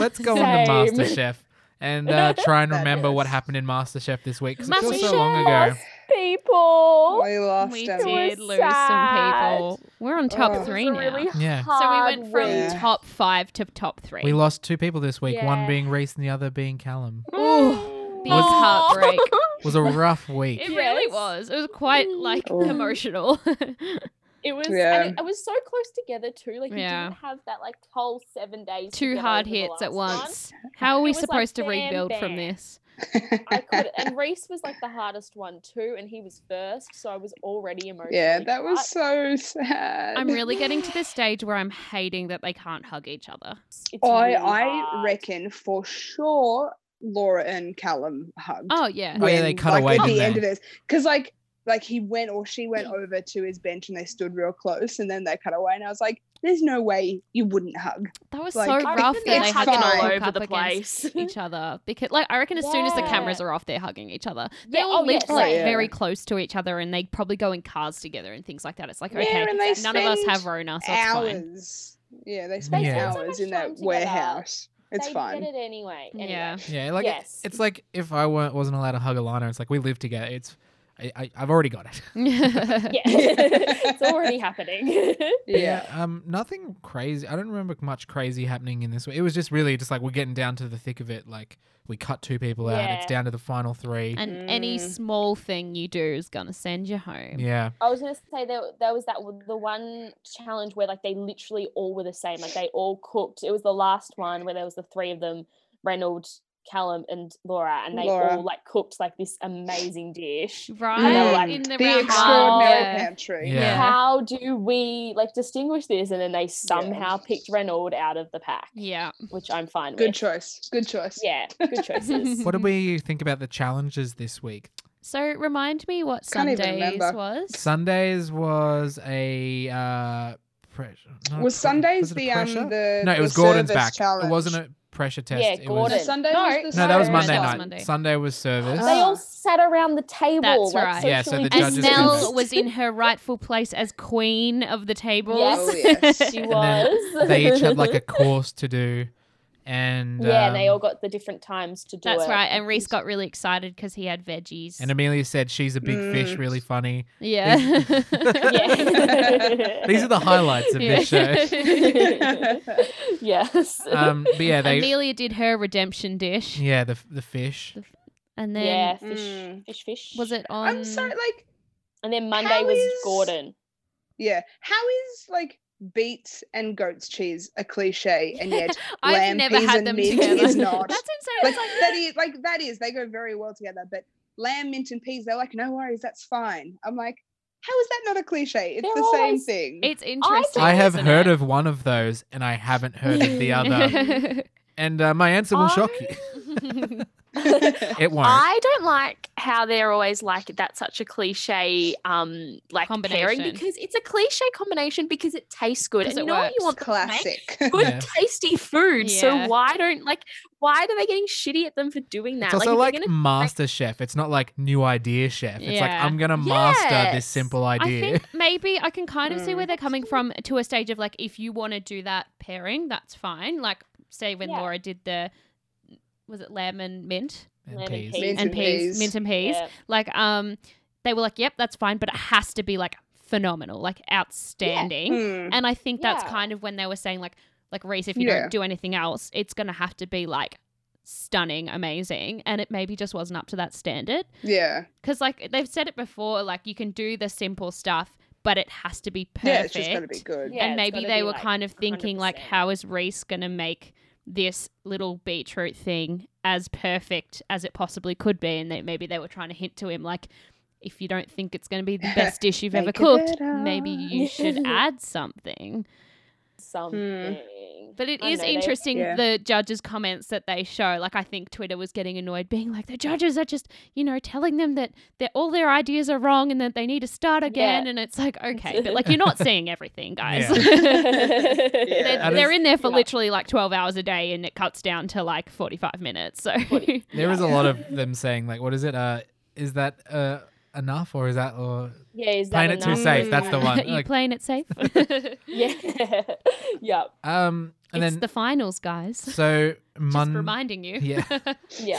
B: let's go on to
C: Same.
B: MasterChef and uh, try and remember what
D: Fabulous.
B: happened in MasterChef this week because it feels so
A: MasterChef.
B: long ago.
A: Oh,
C: People.
D: We lost
A: we
D: him.
C: It
A: did
C: was
A: lose
C: sad.
A: some people. We're on top
D: Oh. It
C: It
D: was
A: three
C: was a
A: now.
C: really
B: Yeah.
A: so we
C: hard
A: went from
C: week.
D: week.
A: top five to top three.
B: We lost two people this week. One
C: Yeah.
B: being Reese and the other being Callum.
A: Ooh,
B: Was-
A: was heartbreak.
B: It was a rough week.
A: It really
C: Yes.
A: was. It was quite like
D: Oh.
A: emotional.
C: It was.
D: Yeah.
C: And it, it was so close together too. Like
A: Yeah.
C: you didn't have that like whole seven days. to
A: Two
C: get
A: hard
C: over the
A: hits at
C: last one.
A: once. How are we
C: It was like
A: supposed to
C: bam,
A: rebuild from
C: bam.
A: this?
C: I could, and Reese was like the hardest one too, and he was first, so I was already emotional.
D: yeah, that was so sad.
A: I'm really getting to the stage where I'm hating that they can't hug each other.
D: I I
A: Uh,
D: reckon for sure Laura and Callum hugged.
A: Oh yeah.
B: Oh, yeah, they
D: when,
B: cut
D: like,
B: away,
D: at
B: didn't
D: the
B: they?
D: end of this because like like he went or she went over to his bench and they stood real close and then they cut away and I was like, there's no way you wouldn't hug.
A: That was
D: Like,
A: so
D: I
A: rough that
D: reckon
A: they
D: they're
A: had to
D: hugging all
A: lock
C: over
A: up
C: the
A: against
C: place.
A: each other because, like, I reckon as soon as the
C: Yeah.
A: cameras are off, they're hugging each other. They
C: Yeah,
A: all
C: oh,
A: live
C: yeah,
A: like
D: same.
A: very close to each other, and they probably go in cars together and things like that. It's like
D: Yeah,
A: okay,
D: and they
A: none of us
D: spend
A: have Rona, so it's fine.
D: hours. Yeah, they spent
B: Yeah.
C: spend so
D: hours
C: much
D: in that
C: time together.
D: warehouse. It's
C: they
D: fine.
C: Get it anyway. anyway.
A: Yeah.
B: Yeah, like
C: Yes.
B: it's like if I weren't, wasn't allowed to hug Alana, it's like we live together. It's I, I I've already got it.
A: yeah.
C: Yeah. it's already happening.
D: Yeah.
B: Um, nothing crazy. I don't remember much crazy happening in this. It was just really just like we're getting down to the thick of it. Like we cut two people out. It's
C: Yeah.
B: down to the final three.
A: And any
D: Mm.
A: small thing you do is gonna send you home.
B: yeah.
C: I was gonna say there, there was that w- the one challenge where like they literally all were the same, like they all cooked. It was the last one where there was the three of them, Reynolds, Callum and Laura, and they
D: Laura.
C: all like cooked like this amazing dish.
A: Right
D: Yeah,
C: like,
A: in the,
D: the
A: round
D: extraordinary
A: house.
D: pantry.
B: Yeah.
C: How do we like distinguish this? And then they somehow picked Reynold out of the pack,
A: Yeah.
C: which I'm fine
D: Good
C: with.
D: choice. Good choice.
C: Yeah, good choices.
B: What did we think about the challenges this week?
A: So remind me what
D: Can't even
A: Sundays
D: remember.
A: was.
B: Sundays was a uh, pressure. not a
D: Was
B: pre-
D: Sundays
B: was it a
D: the um
B: pressure?
D: the
B: no, it
D: the
B: was Gordon's
D: service
B: back.
D: Challenge.
B: It wasn't a pressure test.
C: yeah,
B: it was-
C: Gordon.
D: Sunday
C: no,
D: was the
B: no, that was
D: Sunday.
B: Monday
A: That was
B: night.
A: Monday.
B: Sunday was service.
C: They all
D: Ah.
C: sat around the table.
A: That's
C: like,
A: right.
B: Yeah, so
C: socially
B: the
A: And
B: judges
A: Nell
B: convinced.
A: was in her rightful place as queen of the tables.
D: Yes. Oh, yes.
C: She
B: And then
C: was.
B: they each had like a course to do, and
C: yeah, and they
B: um,
C: all got the different times to do
A: That's
C: it.
A: right. And Reese got really excited because he had veggies.
B: And Amelia said she's a big fish,
D: Mm.
B: really funny.
A: yeah.
C: Yeah.
B: These are the highlights of this show.
C: show. yes.
B: Um, but yeah, they
A: Amelia did her redemption dish.
B: yeah the the fish.
A: The- And then
C: yeah, fish,
D: Mm.
C: fish, fish.
A: was it on
D: I'm sorry, like
C: And then Monday
D: How
C: was
D: is-
C: Gordon.
D: yeah. How is like beets and goat's cheese a cliche and yet
A: I've
D: lamb,
A: never
D: peas,
A: had
D: and
A: them
D: mint
A: together.
D: is not.
A: That's insane.
D: like
A: It's like-
D: that is like that is they go very well together but lamb mint and peas they're like no worries that's fine i'm like how is that not a cliche it's
C: They're
D: the same
C: always-
D: thing
A: it's interesting.
B: I have
A: isn't
B: heard
A: it?
B: of one of those, and I haven't heard of the other. And uh, my answer will shock you. It won't.
F: I don't like how they're always like that's such a cliche um like pairing
A: Combination.
F: because it's a cliche combination because it tastes good and
A: 'Cause it
F: you know what
A: works.
F: you want them to make?
D: classic
F: good
B: Yeah.
F: tasty food.
A: Yeah.
F: So why don't like why are they getting shitty at them for doing that?
B: It's also
F: if
B: like,
F: you're gonna-
B: Master Chef. It's not like New Idea Chef. It's like
A: Yeah.
B: I'm gonna master this
F: Yes.
B: simple
A: I
B: idea.
A: think maybe I can kind of see
D: Mm.
A: where they're coming from to a stage of like, if you want to do that pairing, that's fine. Like, say when
C: Yeah.
A: Laura did the, was it lamb and mint
B: And
C: Lemon
B: peas.
C: peas.
D: Mint
A: and
D: and
A: peas,
D: peas.
A: mint and peas?
C: Yeah.
A: Like, um, they were like, yep, that's fine, but it has to be like phenomenal, like outstanding.
D: Mm,
A: And I think that's
C: Yeah.
A: kind of when they were saying like, like Reese, if you
D: Yeah.
A: don't do anything else, it's gonna have to be like stunning, amazing, and it maybe just wasn't up to that standard.
D: yeah
A: Because like they've said it before, like you can do the simple stuff, but it has to be perfect.
D: yeah it's just gotta be good
C: Yeah,
A: and
C: it's
A: maybe
C: gotta
A: they
C: be,
A: were
C: like,
A: kind of thinking like,
C: 100%.
A: how is Reese gonna make this little beetroot thing as perfect as it possibly could be? And that maybe they were trying to hint to him like, if you don't think it's gonna be the best dish you've ever
D: Make it
A: cooked,
D: better.
A: maybe you should add something.
C: Something.
A: But it
C: I
A: is
C: know they-
A: interesting
D: Yeah.
A: the judges' comments that they show. Like I think Twitter was getting annoyed, being like the judges are just, you know, telling them that that all their ideas are wrong and that they need to start again. And it's like, okay, but like you're not seeing everything, guys.
D: Yeah.
A: They're,
B: That
A: they're
B: is-
A: in there for
C: Yeah.
A: literally like 12 hours a day and it cuts down to like 45 minutes. So,
B: There was a lot of them saying like, "What is it? Uh, is that uh enough or is that or
C: Yeah, is that
B: playing it too
C: enough?
B: safe?" That's the one.
A: you
B: Like,
A: playing it safe?
C: Yeah. yep.
B: um, and
A: it's
B: then
A: the finals, guys.
B: so
A: just
B: Monday.
A: reminding you.
B: Yeah.
C: Yeah.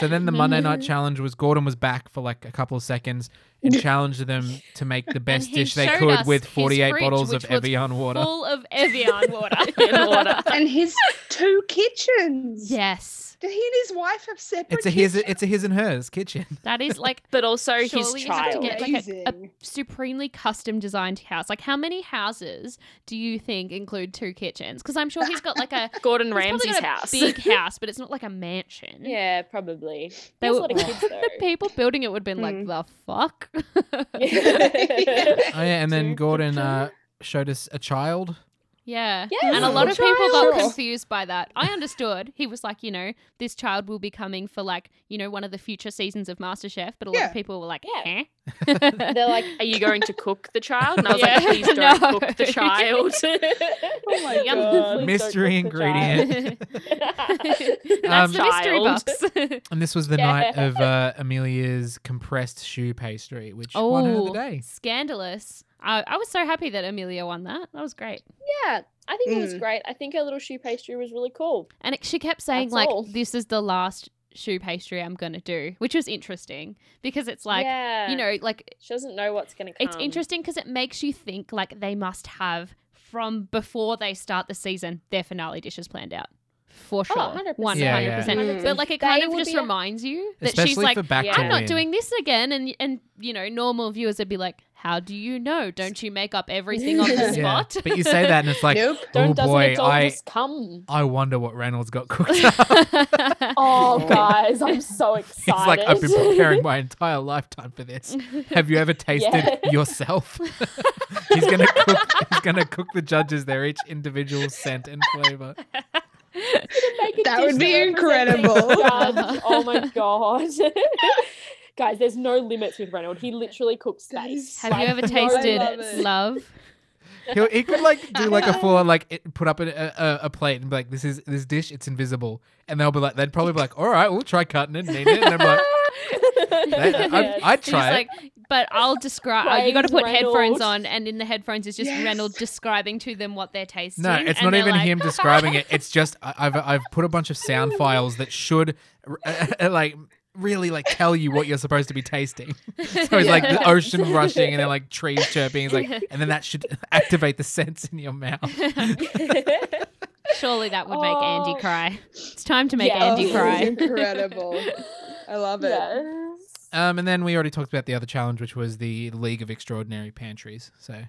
B: So then the Monday night challenge was Gordon was back for like a couple of seconds and challenged them to make the best
A: he
B: dish they
A: showed
B: could
A: us
B: with
A: his
B: 48
A: fridge,
B: bottles of
A: which was
B: Evian water.
A: Full of Evian water.
F: Evian water.
D: and his two kitchens
A: Yes,
D: did he and his wife have separate
B: It's a his
D: kitchens?
B: it's a his and hers kitchen.
A: that is like
F: but also
A: Surely
F: his
A: you have to
F: child.
A: get, like, a-
D: amazing
A: supremely custom designed house. Like, how many houses do you think include two kitchens? Because I'm sure he's got like a
F: Gordon
A: he's probably
F: Ramsay's
A: got a
F: house.
A: big house, but it's not like a mansion.
C: yeah, probably.
A: They
C: They were
A: were-
C: a lot of kids
A: The
C: though.
A: people building it would have been like,
C: Hmm.
A: the
D: Mm.
A: fuck?
C: Yeah.
B: Oh, yeah, and then
C: Two
B: Gordon
C: kitchen.
B: uh, showed us a child.
A: yeah.
C: Yes,
A: And a lot
D: a
A: of people got
D: child.
A: confused by that. I understood. He was like, you know, this child will be coming for like, you know, one of the future seasons of MasterChef, but a lot
D: Yeah.
A: of people were like, eh?
C: Yeah. They're like,
F: Are you going to cook the child? And I was
A: Yeah.
F: like, please don't
A: No.
F: cook the child.
D: oh my
A: Yum.
D: god
C: Please
B: Mystery
C: don't cook the child.
B: ingredient.
A: That's the mystery
F: Child.
A: box.
B: And this was the
C: Yeah.
B: night of uh, Amelia's compressed shoe pastry, which won her the
A: Oh.
B: day.
A: Scandalous. I, I was so happy that Amelia won that. That was great.
C: yeah, I think it was
D: Mm.
C: great. I think her little shoe pastry was really cool.
A: And it, she kept saying,
C: That's
A: like,
C: all.
A: this is the last shoe pastry I'm going to do, which was interesting because it's like,
C: yeah.
A: you know, like,
C: she doesn't know what's going to come.
A: it's interesting because it makes you think, like, they must have, from before they start the season, their finale dishes planned out. for sure,
C: 100%.
A: one
B: Yeah,
A: hundred
B: yeah.
A: percent. But like it
C: Oh, They
A: kind of
C: would
A: just
C: be a-
A: reminds you that
B: Especially
A: she's like,
B: for back
C: yeah.
B: to
A: I'm not
B: win.
A: doing this again, and and you know, normal viewers would be like, how do you know? Don't you make up everything on the
D: Yeah.
A: spot?
B: But you say that and it's like,
D: nope.
B: oh
C: Don't doesn't
B: boy,
C: it all
B: I
C: just come?
B: I wonder what Reynolds got cooked up.
C: Oh guys, I'm so
B: He's
C: excited.
B: like, I've been preparing my entire lifetime for this. Have you ever tasted
C: Yeah.
B: yourself? he's gonna cook. He's gonna cook the judges their each individual scent and flavor.
C: Make a
D: That would
C: dish
D: be
C: that represents
D: incredible.
C: each judge. oh my god. Guys, there's no limits with Reynolds. He literally cooks
D: That
C: space.
D: is
A: Have you
C: Like,
A: ever
C: no
A: tasted
D: love
C: limits.
D: it.
A: love?
B: He'll, he could like do like a full on like it, put up a, a, a plate and be like, "This is this dish. It's invisible." And they'll be like, they'd probably be like, "All right, we'll try cutting it and eat it." And I'm like, "That-
C: Yes.
B: I, I'd
A: He's
B: try it."
A: like, but I'll describe. Oh, you got to
C: Praise
A: put headphones
C: Reynolds.
A: on, and in the headphones is just
D: Yes.
A: Reynolds describing to them what they're tasting.
B: No, it's
A: and
B: not
A: they're
B: even
A: like,
B: him describing it. It's just I- I've I've put a bunch of sound files that should uh, like really like tell you what you're supposed to be tasting. So it's like the
C: Yeah.
B: ocean rushing and then like trees chirping. It's like and then that should activate the sense in your mouth.
A: Surely that would make Andy
C: Oh.
A: cry. It's time to make
C: Yeah.
A: Andy
C: Oh.
A: cry.
D: Incredible. I love it.
C: Yes.
B: Um, and then we already talked about the other challenge, which was the League of Extraordinary Pantries. So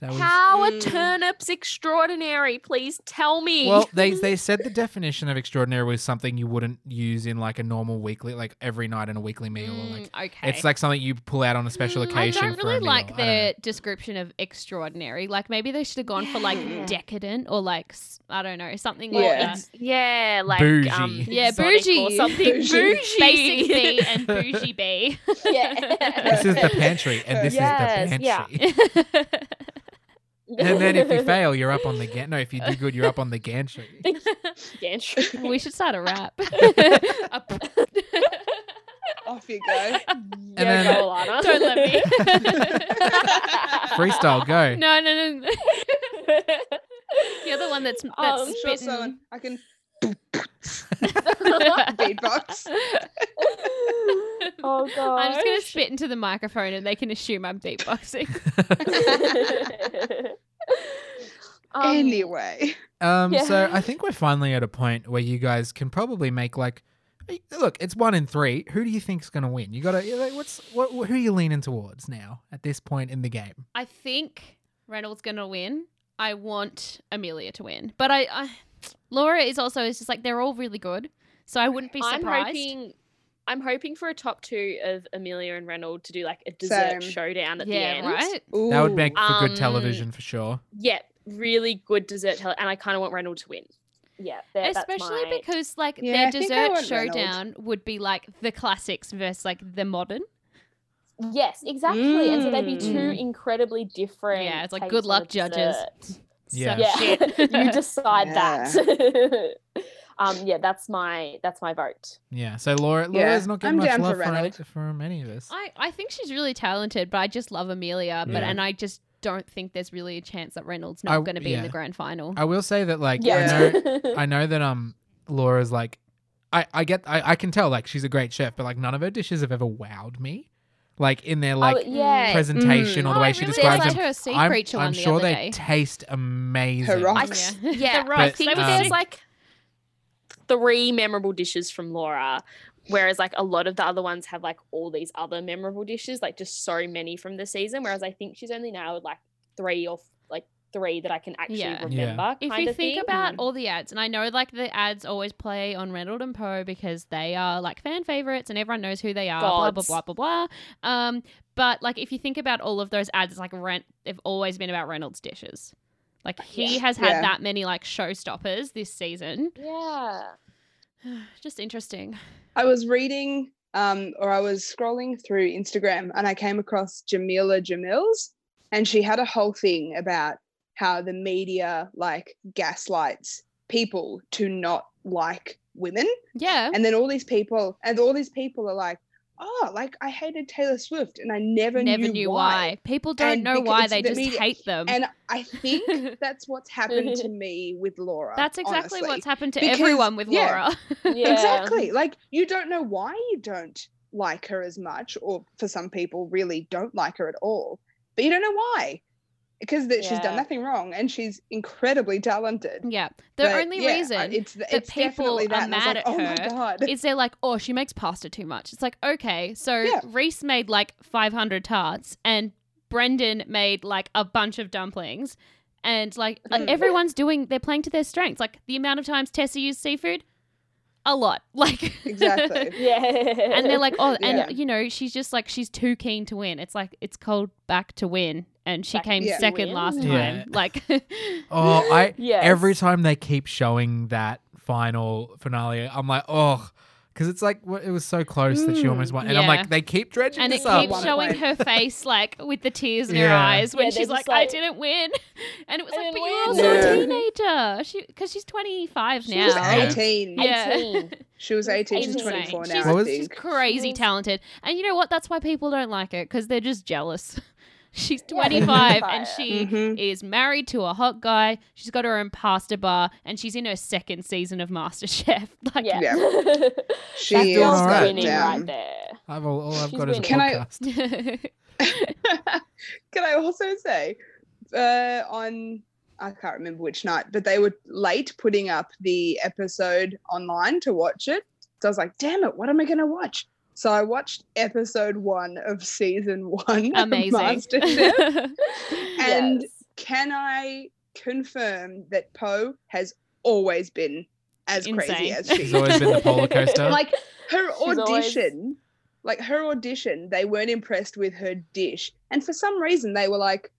B: that was
F: How are
D: Mm.
F: turnips extraordinary? Please tell me.
B: Well, they they said the definition of extraordinary was something you wouldn't use in like a normal weekly, like every night in a weekly meal. Or like
A: Mm, okay.
B: it's like something you pull out on a special
F: Mm, I
A: I
B: occasion.
A: don't
B: for
A: really
B: a meal. I
A: like
B: don't know.
A: their description of extraordinary. Like maybe they should have gone for
F: Yeah.
A: like decadent or like s- I don't know something
D: Well,
A: like that.
D: it's-
F: yeah, like
B: Bougie.
F: um,
A: Yeah,
F: exotic or
A: bougie.
F: something
D: Bougie.
F: bougie.
A: Basic B and bougie B.
C: Yeah.
B: This is the pantry, and this is
F: Yes,
B: the
F: yeah.
B: pantry. and then if you fail, you're up on the gan. No, if you do good, you're up on the gantry.
C: Gantry.
A: we should start a rap. A p-
D: Off you go.
C: Yeah,
B: then-
C: go, Alana.
A: don't let me.
B: Freestyle, go.
A: no, no, no. You're the one that's that's
C: Um,
D: Oh, I'm sure
A: spitting.
D: someone I can beatbox.
C: oh god.
A: I'm just gonna spit into the microphone and they can assume I'm beatboxing.
F: Um,
D: anyway.
B: Um, so
C: Yeah.
B: I think we're finally at a point where you guys can probably make like, look, it's one in three. Who do you think's gonna win? You gotta, you're like, what's what? Who are you leaning towards now at this point in the game?
A: I think Reynolds gonna win. I want Amelia to win, but I, I Laura is also is just like they're all really good, so I wouldn't be
F: I'm
A: surprised.
F: hoping. I'm hoping for a top two of Amelia and Reynolds to do like a dessert
D: Same.
F: showdown at the
A: yeah,
F: end.
A: right.
B: That would make for
F: Um,
B: good television for sure.
F: Yep, really good dessert. Tell- and I kind of want Reynolds to win.
C: Yeah, that,
A: Especially
C: that's my...
A: because like
D: Yeah,
A: their
D: I think I
A: dessert
D: want Reynolds.
A: showdown would be like the classics versus like the modern.
C: Yes, exactly. And so they'd be two
A: Mm.
C: incredibly different.
A: Yeah, it's like,
C: takes
A: good
C: on
A: luck,
C: a
A: judges.
C: dessert.
B: Yeah.
A: So
C: Yeah,
A: shit.
C: you decide
D: Yeah.
C: that. um, yeah, that's my that's my vote.
B: Yeah. So Laura,
D: Yeah,
B: Laura's not getting
D: I'm
B: much
D: down for
B: love from any,
D: Reynolds.
B: from any of us.
A: I, I think she's really talented, but I just love Amelia. But
B: Yeah.
A: and I just don't think there's really a chance that Reynolds
B: I-
A: not going to be in the
B: yeah.
A: grand final.
B: I will say that, like,
D: Yeah.
B: I know I know that um Laura's like I I get I, I can tell like she's a great chef, but like none of her dishes have ever wowed me. Like in their like
C: Oh,
B: Mm.
F: yeah. Mm.
B: presentation or the
A: Oh,
B: way
A: I
B: she
A: really
B: describes
A: liked
B: them.
A: her sea
B: I'm,
A: creature
B: I'm
A: one the
B: sure
A: other
B: they
A: day.
B: taste amazing.
D: Rock.
F: I- Yeah,
A: The
F: I
A: rocks.
F: think
A: They were
F: there's
B: um,
A: sick.
F: like three memorable dishes from Laura, whereas like a lot of the other ones have like all these other memorable dishes, like just so many from the season. Whereas I think she's only nailed like three or like three that I can actually
A: Yeah. Yeah.
F: remember.
A: If
F: kind
A: you
F: of
A: think
F: thing.
A: about all the ads, and I know like the ads always play on Reynolds and Poe because they are like fan favorites and everyone knows who they are,
F: Gods.
A: blah blah blah blah blah. Um, but like if you think about all of those ads, it's like rent they've always been about Reynolds dishes. Like he has had
D: Yeah.
A: that many like showstoppers this season.
C: Yeah.
A: Just interesting.
D: I was reading um, or I was scrolling through Instagram and I came across Jamila Jamils and she had a whole thing about how the media like gaslights people to not like women.
A: Yeah.
D: And then all these people and all these people are like, oh, like I hated Taylor Swift and I never,
A: Never knew, why. People don't
D: And
A: know
D: because
A: why
D: it's
A: they
D: the
A: just
D: media-
A: hate them.
D: And I think that's what's happened to me with Laura.
A: That's exactly
D: honestly.
A: what's happened to
D: Because-
A: everyone with
D: yeah.
A: Laura.
C: Yeah.
D: Exactly. Like you don't know why you don't like her as much, or for some people, really don't like her at all. But you don't know why. because that she's done
C: Yeah.
D: nothing wrong and she's incredibly talented.
A: Yeah. The
D: But,
A: only
D: yeah,
A: reason
D: I-
A: is
D: it's it's
A: people
D: definitely
A: are
D: that. and I was
A: mad
D: like,
A: at
D: oh my
A: her
D: god,
A: they're like, oh, she makes pasta too much. It's like, okay, so
D: Yeah.
A: Reese made like 500 tarts and Brendan made like a bunch of dumplings. And like uh,
D: Mm.
A: everyone's doing, they're playing to their strengths. Like the amount of times Tessa used seafood, a lot. Like,
D: exactly.
C: Yeah.
A: and they're like, oh,
D: Yeah.
A: and you know, she's just like, she's too keen to win. It's like, it's called back to win. And she
C: Back
A: came
D: to
A: second
C: win.
A: last
B: Yeah.
A: time. Like,
B: Oh, I
C: Yes.
B: every time they keep showing that final finale, I'm like, oh, because it's like wha- it was so close that she
A: Mm,
B: almost won, and I'm
A: yeah.
B: like, they keep dredging
A: and it
B: this up.
A: keeps
D: one
A: showing
D: point.
A: her face like with the tears in her
B: Yeah.
A: eyes when
C: Yeah, they're
A: she's like,
C: just
A: "I
C: like,
A: didn't win," and it was
C: "I
A: like, "But
C: didn't
A: you're
C: win."
A: also
D: Yeah.
A: a teenager." She because she's twenty five
D: She was
A: now.
B: Yeah.
D: eighteen.
A: Yeah.
C: 18.
D: She was eighteen. She's
A: Insane.
D: twenty four now.
A: She's,
B: What
D: I
B: was-
A: she's
D: think.
A: crazy
C: Yes.
A: talented, and you know what? That's why people don't like it because they're just jealous. she's
C: Yeah, they're
A: twenty five and
C: jealous.
A: she
B: Mm-hmm.
D: Mhm.
A: is married to a hot guy. She's got her own pasta bar, and she's in her second season of MasterChef. Like,
C: Yeah.
D: She
B: That's
D: is
B: doing
C: Girls
B: all right.
C: winning
D: goddamn-
C: right there.
B: I've all, all I've
C: She's
B: got is a
C: winning.
D: Can I-
B: podcast.
D: Can I also say, uh, on I can't remember which night, but they were late putting up the episode online to watch it. So I was like, damn it, what am I going to watch? So I watched episode one of season one of MasterChef.
A: Amazing.
D: And
C: Yes.
D: Can I confirm that Poe has always been as crazy
A: Insane.
D: as she
B: She's
D: is?
B: always been the polar coaster.
D: like her
C: She's always-
D: audition like her audition they weren't impressed with her dish and for some reason they were like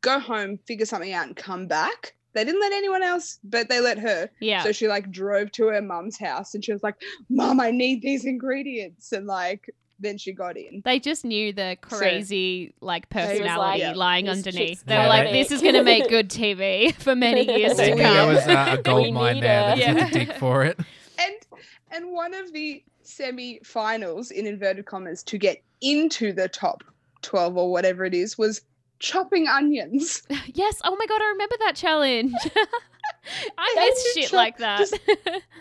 D: go home figure something out and come back they didn't let anyone else but they let her
A: yeah.
D: so she like drove to her mum's house and she was like mom i need these ingredients and like then she got in
A: They just knew the crazy like
C: was like,
A: personality
D: yeah,
A: lying
C: this
A: underneath.
C: chick's
A: They were like,
B: pathetic.
A: "This is going to make good TV for many years
B: They
A: to
B: knew
A: come."
B: there was uh, a
C: We
B: gold mine
C: need
B: there.
C: her.
B: They just had to
A: Yeah.
B: dig for it.
D: and and one of the semi-finals in inverted commas to get into the top 12 or whatever it is was chopping onions
A: yes. Oh my god, I remember that challenge. I
D: They
A: miss
D: do
A: shit
D: chop-
A: like that.
D: just-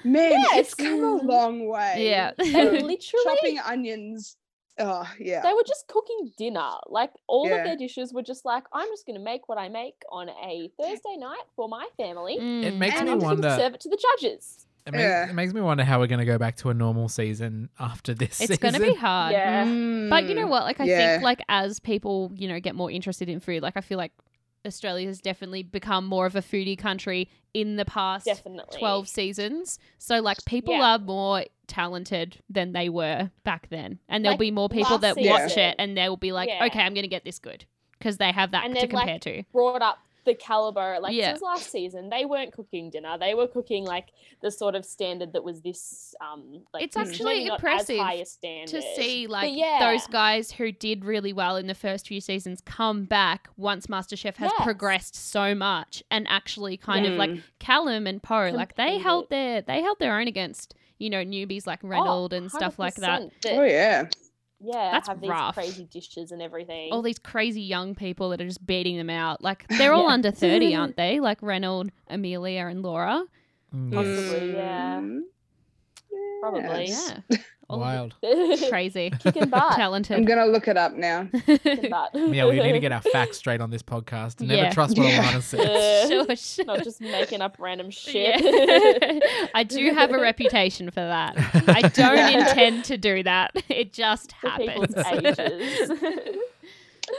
D: Man, it's
C: Yes.
D: come a long way.
A: yeah.
C: They were
D: Chopping
C: literally
D: Chopping onions. Oh, yeah.
C: they were just cooking dinner. Like all
D: Yeah.
C: of their dishes were just like, I'm just going to make what I make on a Thursday night for my family.
B: It
A: Mm.
B: makes
C: and
B: me
C: I'm just going to
B: wonder.
C: serve it to the judges.
B: It, makes,
D: Yeah.
B: it makes me wonder how we're going to go back to a normal season after this.
A: it's going to be hard. Mm.
C: Yeah.
A: But you know what? Like I
D: Yeah.
A: think like as people, you know, get more interested in food, like I feel like Australia has definitely become more of a foodie country in the past
C: Definitely.
A: 12 seasons. So like people
C: Yeah.
A: are more talented than they were back then. And there'll
C: Like,
A: be more people that
C: last
A: watch
C: season.
A: it and they'll be like,
C: Yeah.
A: "Okay, I'm going to get this good." Cuz they have that
C: And
A: to
C: they've, like,
A: compare to.
C: brought up the caliber like
A: Yeah.
C: since last season they weren't cooking dinner they were cooking like the sort of standard that was this um like
A: It's
C: maybe
A: actually
C: not as
A: impressive
C: high a standard
A: To see
C: But
A: like
C: yeah, Oh,
A: those guys who did really well in the first few seasons come back once MasterChef has
C: Yes.
A: progressed so much and actually kind of like
D: Mm.
A: Callum and Poe, like they
C: Competed.
A: held their they held their own against you know newbies
C: Oh,
A: like Reynolds and stuff like that.
C: 100%
D: Oh, yeah.
C: yeah
A: That's
C: have these
A: rough.
C: crazy dishes and everything
A: All these crazy young people that are just beating them out. Like they're all
C: Yeah.
A: under thirty, aren't they? Like Reynolds, Amelia, and Laura.
B: Mm, yes.
C: Possibly, yeah.
D: Mm,
C: Probably.
D: yes.
A: Yeah, all
B: wild.
A: crazy,
C: kicking butt
D: I'm
A: talented.
D: going to look it up now.
C: kicking butt
B: Yeah, we need to get our facts straight on this podcast. Never
A: Yeah.
B: trust what
D: Yeah.
B: Alana says.
C: Yeah.
A: sure, sure.
C: uh, not just making up random
A: Yeah.
C: shit
A: I do have a reputation for that. I don't intend to do that. It just
C: for
A: happens.
C: people's ages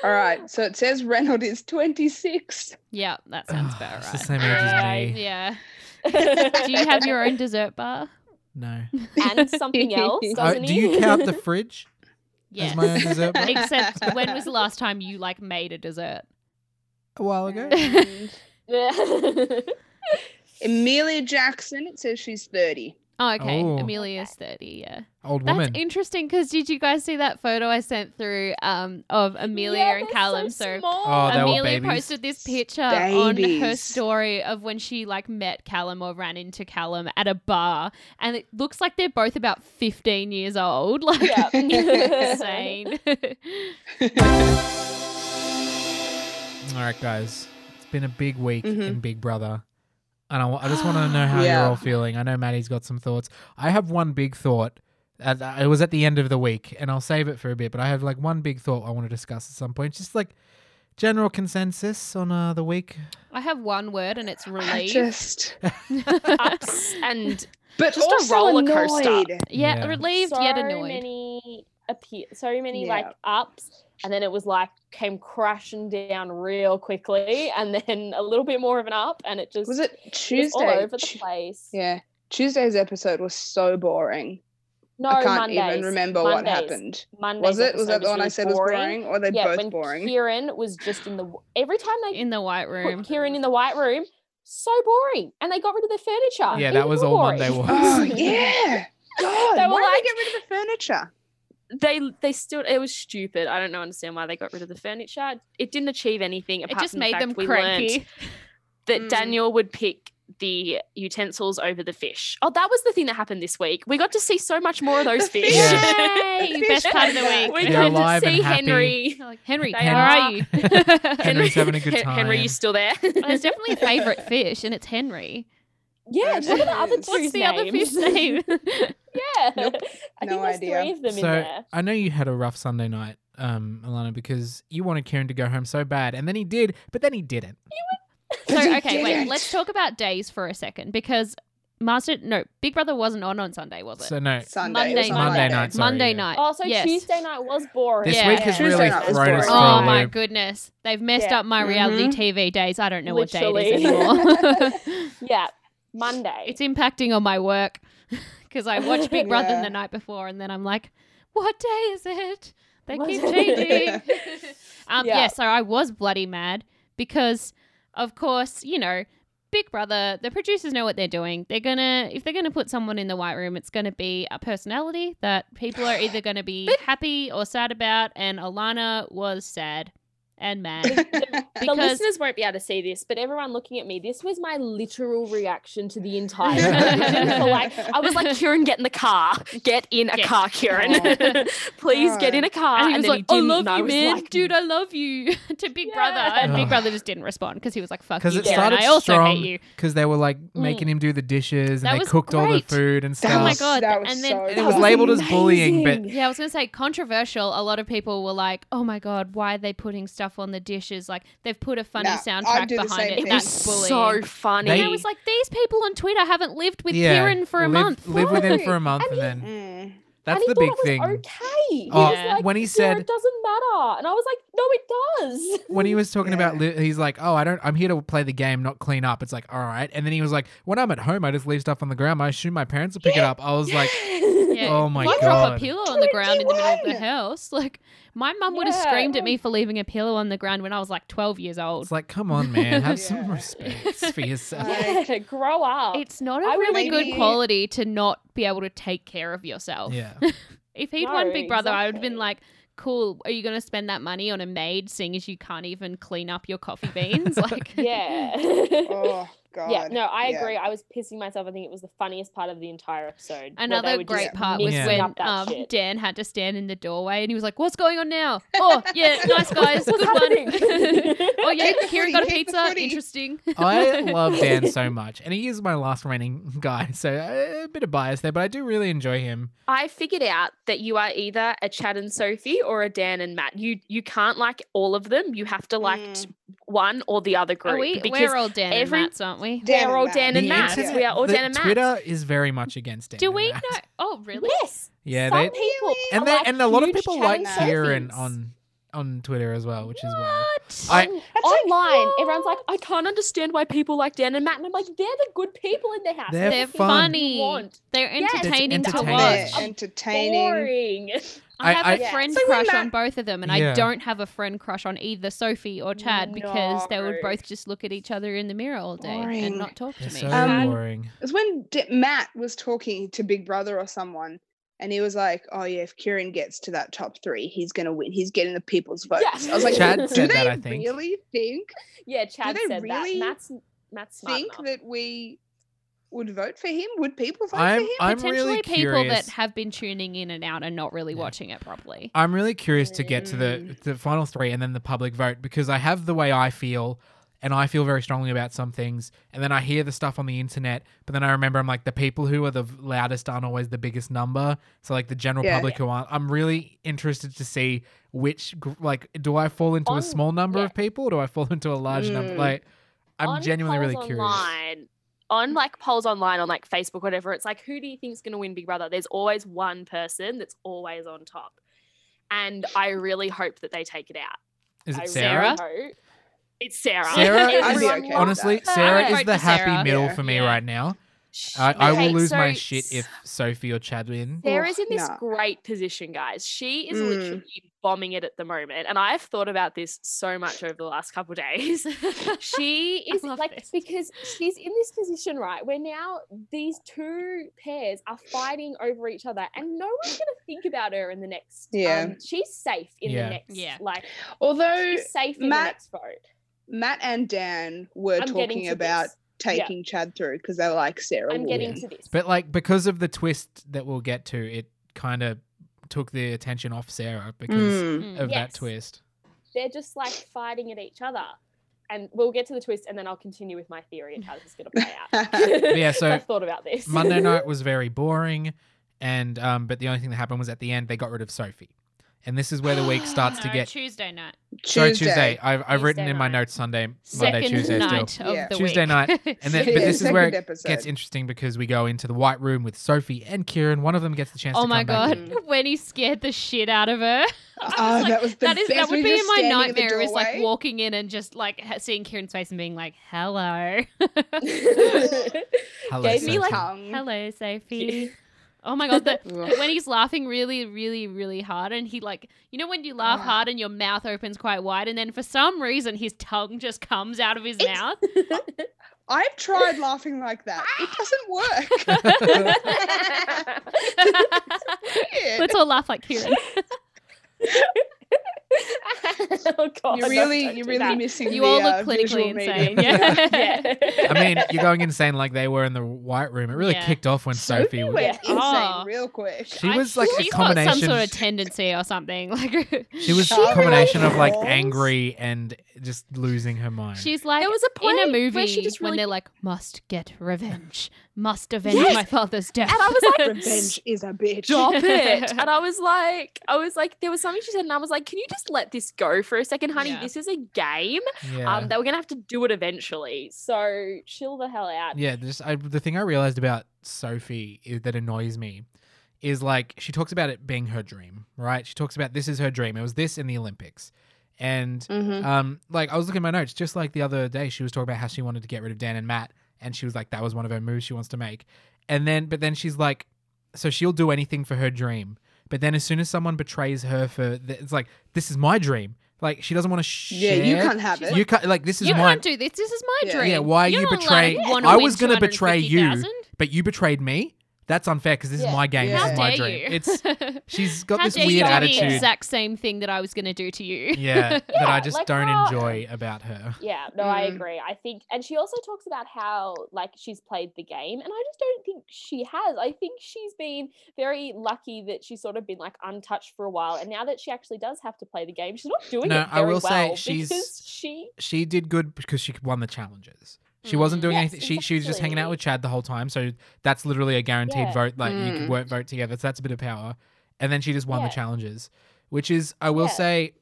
D: All right. So it says Reynolds is 26.
A: yeah, that sounds
B: Oh,
A: about
B: It's the
A: right.
B: same age as
C: Yeah,
B: me.
A: Yeah. Do you have your own dessert bar?
B: No.
C: and something else
D: Oh,
B: Oh,
C: doesn't
B: do
C: he?
B: you count the fridge
A: Yes.
B: as my own dessert bar?
A: Except when was the last time you like made a dessert?
B: A while ago.
C: Yeah.
D: Amelia Jackson, it says she's 30.
A: Oh, okay.
B: Oh.
A: Amelia's 30, yeah.
B: Old
A: That's
B: woman.
A: interesting because did you guys see that photo I sent through um, of Amelia
C: Yeah,
A: and
C: they're
A: Callum?
C: So,
A: So, um,
C: small.
B: Oh, they were
A: Amelia
B: babies.
A: posted this picture on her
D: Babies.
A: story of when she like met Callum or ran into Callum at a bar, and it looks like they're both about 15 years old. Like,
C: Yeah.
A: insane.
B: All right, guys. It's been a big week
D: Mhm.
B: in Big Brother. And I, wa- I just want to know how
D: Yeah.
B: you're all feeling. I know Maddie's got some thoughts. I have one big thought. At, uh, it was at the end of the week, and I'll save it for a bit, but I have like one big thought I want to discuss at some point. It's just like general consensus on uh, the week?
A: I have one word and it's
D: I
A: relief.
D: just,
F: Ups and
D: but
F: Just a
D: also
F: roller coaster.
D: annoyed.
A: yeah,
B: Yeah.
A: relieved
C: so
A: yet annoyed.
C: many appeal, so many
D: Yeah.
C: like ups, and then it was like came crashing down real quickly, and then a little bit more of an up, and it just
D: Was it
C: was
D: Tuesday?
C: all over the
D: Tu-
C: place.
D: yeah, Tuesday's episode was so boring.
C: No,
D: I can't
C: Mondays.
D: even remember what
C: Mondays.
D: happened.
C: Monday's
D: Was it? Was that
C: episode
D: the one I
C: really
D: said was boring? Or are they
C: yeah,
D: both
C: when
D: boring?
C: Kieran was just in the every time they
A: in the white room.
C: put Kieran in the white room, so boring, and they got rid of the furniture.
B: yeah,
C: even
B: that was
C: more
B: all
C: boring.
B: Monday was.
D: Oh yeah. God,
C: They
D: why
C: were
D: did they
C: like-
D: get rid of the furniture?
F: they they still it was stupid. I don't know understand why they got rid of the furniture. It didn't achieve anything.
A: It
F: apart
A: just
F: from the
A: made
F: fact
A: them
F: we learnt
A: cranky.
F: that
D: Mm.
F: Daniel would pick the utensils over the fish. Oh, that was the thing that happened this week. We got to see so much more of those
D: The
F: fish.
B: fish.
A: Yay!
D: The
A: Best
D: fish
A: part of the
D: came back.
A: week.
F: we
B: They're
F: got
B: alive
F: to
B: and
F: see
B: happy.
F: Henry.
A: You're like, Henry,
F: They
A: where are
F: are.
A: you?
B: Henry's having a good
F: Hen- Henry,
B: time.
F: you still there?
A: There's definitely a favourite fish, and it's Henry.
C: Yeah, what are the other
D: What's
C: two?
A: What's the other fish's
C: names?
A: name?
C: yeah,
D: Nope.
C: I
D: No
C: think there's
D: idea.
C: three of them in
B: so
C: there.
B: I know you had a rough Sunday night, um, Alana, because you wanted Kieran to go home so bad, and then he did, but then he didn't.
A: so
D: But he
A: okay, wait.
D: didn't.
A: Let's talk about days for a second because Master, no, Big Brother wasn't on on Sunday, was it?
B: So no,
D: Sunday.
A: Monday
D: it was
A: night.
B: Monday night. sorry,
A: Monday
B: yeah.
A: night.
C: Oh, so
A: yes.
C: Tuesday night was boring.
B: this
A: Yeah.
B: week has
A: Yeah.
B: really
D: Tuesday night was
B: thrown us
D: boring.
B: for
A: Oh
B: a
A: my
B: loop.
A: goodness. They've messed
C: Yeah. Mm-hmm.
A: up my reality TV days. I don't know what day it is
C: Literally.
A: anymore.
C: Yeah, Monday.
A: it's impacting on my work because I watch Big Brother
D: Yeah.
A: the night before and then I'm like, what day is it? They
C: What
A: keep
C: day-
A: changing. um, yeah.
C: Yeah.
A: so I was bloody mad because, of course, you know, Big Brother, the producers know what they're doing. They're gonna if they're gonna put someone in the white room, it's gonna be a personality that people are either gonna be happy or sad about. And Alana was sad and mad
C: the
A: because
C: listeners won't be able to see this, but everyone looking at me, this was my literal reaction to the entire television. for like, I was like,
F: Kieran, get in the car. Get in a
A: Yes.
F: car, Kieran.
A: Oh.
F: Please get in a car.
A: and he was
F: then
A: like, "I
F: didn't,
A: love
F: and I
A: you,
F: was
A: man,
F: like,
A: dude. I love you." to Big
C: Yeah.
A: Brother, and Big
B: Ugh.
A: Brother just didn't respond because he was like, "Fuck you,
B: Because it
A: Karen,
B: started
A: I also
B: strong
A: hate you."
B: because they were like making him do the dishes and
A: That
B: they
A: was
B: cooked all the
A: great.
B: food and stuff.
A: Oh my
D: was-
A: god!
D: that was
A: and then
D: so
B: And
D: That
B: it was
D: was
B: labeled as bullying, but
C: amazing.
A: yeah, I was gonna say controversial. A lot of people were like, "Oh my god, why are they putting stuff on the dishes? Like they've put a funny
D: Nah, I'd
A: soundtrack
D: do the
A: behind
D: same
A: it.
D: thing.
F: it was so
A: That's bullying."
F: funny.
B: They-
A: and I was like, "These people on Twitter haven't lived with
B: yeah,
A: Kieran for a
B: live,
A: month.
B: Live with him
D: Right.
B: for a month and,
C: And
B: then
D: Mm.
B: that's
C: and he
B: the
C: thought
B: big
C: it was
B: thing.
C: okay. He
B: Oh,
C: was like,
B: when he
C: "Sarah,
B: said
C: it doesn't matter. And I was like, no, it does.
B: when he was talking about
D: Yeah.
B: li- he's like oh i don't i'm here to play the game not clean up it's like all right and then he was like when i'm at home i just leave stuff on the ground i assume my parents will pick it up i was like
A: Yeah.
B: oh my
A: Why drop a
B: god
A: pillow on the ground in the middle of the
D: 21.
A: house? Like, my mum would have
C: Yeah.
A: screamed at me for leaving a pillow on the ground when I was like 12 years old.
B: it's like come on man have some
D: Yeah.
B: respect for yourself
D: Yeah.
C: yeah, grow up.
A: It's not a
C: I would
A: really good
D: maybe-
A: quality to not be able to take care of yourself.
B: yeah
A: If he'd won
C: No,
A: Big Brother, I would have been
C: exactly.
A: like, cool, are you going to spend that money on a maid seeing as you can't even clean up your coffee beans? Like,
C: yeah.
D: Oh god.
C: Yeah, no, I
D: Yeah.
C: agree. I was pissing myself. I think it was the funniest part of the entire episode. where they
A: Another
C: were just
A: great part was
B: mixing
C: mixing
A: when
C: up that
A: um,
C: shit.
A: Dan had to stand in the doorway and he was like, What's going on now? Oh, yeah, nice guys. good one. oh, yeah,
D: Keep the
A: Kieran
D: footy,
A: got a
D: keep the
A: pizza.
D: footy.
A: Interesting.
B: i love dan so much and he is my last remaining guy so uh, a bit of bias there but i do really enjoy him
F: I figured out that you are either a Chad and Sophie or a Dan and Matt. You you can't like all of them. You have to like
D: Mm.
F: t- one or the other group
A: Are we,
F: because
A: we're all Dan
F: every-
A: and Matts, aren't we?
D: Dan
F: we're
D: and
F: all
D: Matt.
F: Dan and
B: The
F: Matt.
B: internet-
F: We are all
B: the
F: Dan and Matt.
B: twitter is very much against dan
A: Do
B: and
A: we know?
B: Matt.
A: Oh, really?
C: Yes.
B: yeah
C: Some
B: they
C: people
B: and
C: are,
B: they,
C: like,
B: and a lot of
C: huge
B: people
C: Chad
B: like
C: and
D: Matt.
B: kieran
C: Sophies.
B: on on twitter as well which is wild
A: What?
B: I-
D: That's like-
F: Online, everyone's like,
C: "Oh,
F: I can't understand why people like Dan and Matt, and I'm like, they're the good people in the house.
B: They're
A: They're
F: the
B: fun.
F: people you
A: funny.
F: want.
A: They're
F: Yes. It's
A: entertaining, to
B: entertaining.
A: watch.
D: Yeah,
B: I'm
D: entertaining.
F: Boring.
A: I
B: I-
A: have
B: I-
A: a
F: Yeah.
A: friend
D: So when
A: crush on
D: Matt-
A: both of them, and I
B: Yeah.
A: don't have a friend crush on either Sophie or Chad because they would
F: No.
A: both just look at each other in the mirror all day and
D: Boring.
A: not talk to
B: They're
A: me.
B: so
D: Um,
B: boring.
D: It was when D- Matt was talking to Big Brother or someone, and he was like, "Oh yeah, if Kieran gets to that top three, he's gonna win. He's getting the people's votes."
C: Yeah.
D: I was like,
B: Chad
D: "Do
B: said
D: they
B: that, I think.
D: really think
C: Yeah, Chad
D: they
C: said
D: really
C: that. Matt's Matt's smart
D: think
C: enough.
D: that we would vote for him? Would people vote
B: I'm
D: for him?"
B: I'm
A: Potentially
B: really
A: people
B: curious.
A: that have been tuning in and out and not really
B: Yeah.
A: watching it properly.
B: I'm really curious to get to the the final three and then the public vote because I have the way I feel and I feel very strongly about some things, and then I hear the stuff on the internet, but then I remember I'm like the people who are the loudest aren't always the biggest number. So like the general
D: Yeah.
B: public who aren't. I'm really interested to see which gr- like do I fall into a
C: On-
B: small number
C: yeah.
B: of people or do I fall into a large number?
D: Mm.
B: Like I'm
C: on
B: genuinely really
C: polls
B: curious.
C: Online, on like polls online on like Facebook, whatever, it's like who do you think's gonna win Big Brother? There's always one person that's always on top. And I really hope that they take it out.
B: Is
C: I
B: it Sarah?
C: Really hope. It's Sarah.
B: Sarah is-
D: I'd be
C: Everyone
D: okay.
C: loves
B: Honestly,
C: her.
B: Sarah
A: I
B: is
A: vote
B: the
A: for
B: happy
A: Sarah.
B: middle
D: Yeah.
B: for me
C: Yeah.
B: right now. I, I will
C: Okay,
B: lose my
C: so
B: shit if Sophie or Chad win.
C: Sarah's
D: Ugh,
C: in this
D: nah.
C: great position, guys. She is
D: Mm.
C: literally bombing it at the moment. And I've thought about this so much over the last couple days. she
A: I
C: is
A: love
C: like
A: this.
C: because she's in this position, right? Where now these two pairs are fighting over each other and no one's gonna think about her in the next
D: Yeah.
C: um, she's safe in
B: Yeah.
C: the next
A: Yeah.
C: like
D: Although
C: she's safe in
D: Matt-
C: the next vote.
D: Matt and Dan were
C: I'm getting
D: talking
C: to
D: about
C: this.
D: taking Chad through because they were like Sarah.
C: I'm
D: will
C: getting
D: win.
C: to this.
B: But like because of the twist that we'll get to, it kind of took the attention off Sarah because
D: Mm.
B: of that
C: Yes.
B: twist.
C: They're just like fighting at each other. And we'll get to the twist and then I'll continue with my theory and how this is gonna play out.
D: Hmm.
B: yeah, so
C: I've thought about this.
B: Monday night was very boring, and um, but the only thing that happened was at the end they got rid of Sophie, and this is where the week starts to
A: No,
B: get.
A: Tuesday night.
B: Sorry,
D: Tuesday.
B: Tuesday. I've, I've written
C: Tuesday
B: in my
C: night.
B: notes Sunday, Monday,
A: Second
B: Tuesday still.
A: night of
D: Yeah.
A: the
B: Tuesday
A: week.
B: night, And then,
D: Yeah,
B: but this is where
D: second
B: it
D: episode.
B: gets interesting because we go into the white room with Sophie and Kieran. One of them gets the chance.
A: oh
B: to
A: my
B: come
A: god,
B: back in.
A: when he scared the shit out of her. I was
D: Oh,
A: like,
D: that was the
A: that is
D: best.
A: that would
D: We
A: be
D: just
A: in my
D: standing at the
A: nightmare. Is like
D: doorway.
A: walking in and just like ha- seeing Kieran's face and being like, "Hello,
B: Hello,
C: Gave me,
B: Sophie.
C: like,
D: tongue.
A: hello, Sophie." Oh my god, the, when he's laughing really, really, really hard, and he like, you know, when you laugh
D: Ah.
A: hard and your mouth opens quite wide, and then for some reason his tongue just comes out of his mouth.
D: I've tried laughing like that. It doesn't work.
A: oh,
D: Weird.
A: Let's all laugh like Kieran.
C: oh god.
D: You're really, you're really missing.
A: You
D: the,
A: all
D: uh,
A: look
D: visual
A: clinically
D: medium.
A: insane. Yeah.
C: yeah.
B: I mean, you're going insane like they were in the white room. It really
A: Yeah.
B: kicked off when
D: Sophie
B: Sophie. was-
D: went insane
A: Oh.
D: real quick.
B: She was like a
A: she's got some
B: combination.
A: sort of tendency or something. Like
B: She was
D: She
B: a combination of like
D: was.
B: angry and just losing her mind.
A: she's like
C: There was a
A: in
C: point
A: a
C: where
A: movie
C: she just
A: when
C: really-
A: they're like, must get revenge, must avenge
C: Yes.
A: my father's death.
C: and I was like,
D: Revenge is a bitch.
C: Stop it. And I was like, I was like, there was something she said, and I was like, can you just let this go for a second, honey?
A: Yeah.
C: This is a game.
B: yeah.
C: Um, that we're gonna have to do it eventually. So chill the hell out.
B: yeah, just I, the thing I realized about Sophie is, that annoys me is like she talks about it being her dream, right? She talks about this is her dream. It was this in the Olympics. And
D: Mm-hmm.
B: um like I was looking at my notes just like the other day she was talking about how she wanted to get rid of Dan and Matt and she was like that was one of her moves she wants to make. And then but then she's like so she'll do anything for her dream. But then as soon as someone betrays her for th- it's like this is my dream. Like she doesn't want to
D: Yeah,
B: share.
D: you can't have it.
B: You can't like this is
A: you
B: mine.
A: can't do this. This is my
D: Yeah.
A: dream.
B: Yeah, why are
A: You're
B: you
A: not
B: betray-
A: allowed to wanna
B: I
A: win
B: was gonna betray you.
A: 250,000.
B: but you betrayed me. That's unfair because this
C: Yeah.
B: is my game.
D: How
B: This is
A: dare
B: my dream.
A: you.
B: It's she's got
A: How
B: this
A: dare you
B: weird
A: do
B: attitude.
A: The exact same thing that I was going to do to you.
B: Yeah, that I
C: Yeah,
B: just
C: like
B: don't
C: how-
B: enjoy about her.
C: Yeah, no, I
D: Mm.
C: agree. I think, and she also talks about how like she's played the game, and I just don't think she has. I think she's been very lucky that she's sort of been like untouched for a while, and now that she actually does have to play the game, she's not doing
B: No,
C: it
B: I
C: very
B: will say
C: well
B: she's-
C: because she.
B: She did good because she won the challenges. She wasn't doing
C: Yes,
B: anything. She she was just hanging out
C: exactly.
B: with Chad the whole time. So that's literally a guaranteed
C: Yeah.
B: vote. Like you
D: Mm.
B: could work, vote together. So that's a bit of power. And then she just won
C: Yeah.
B: the challenges, which is I will
C: Yeah.
B: say,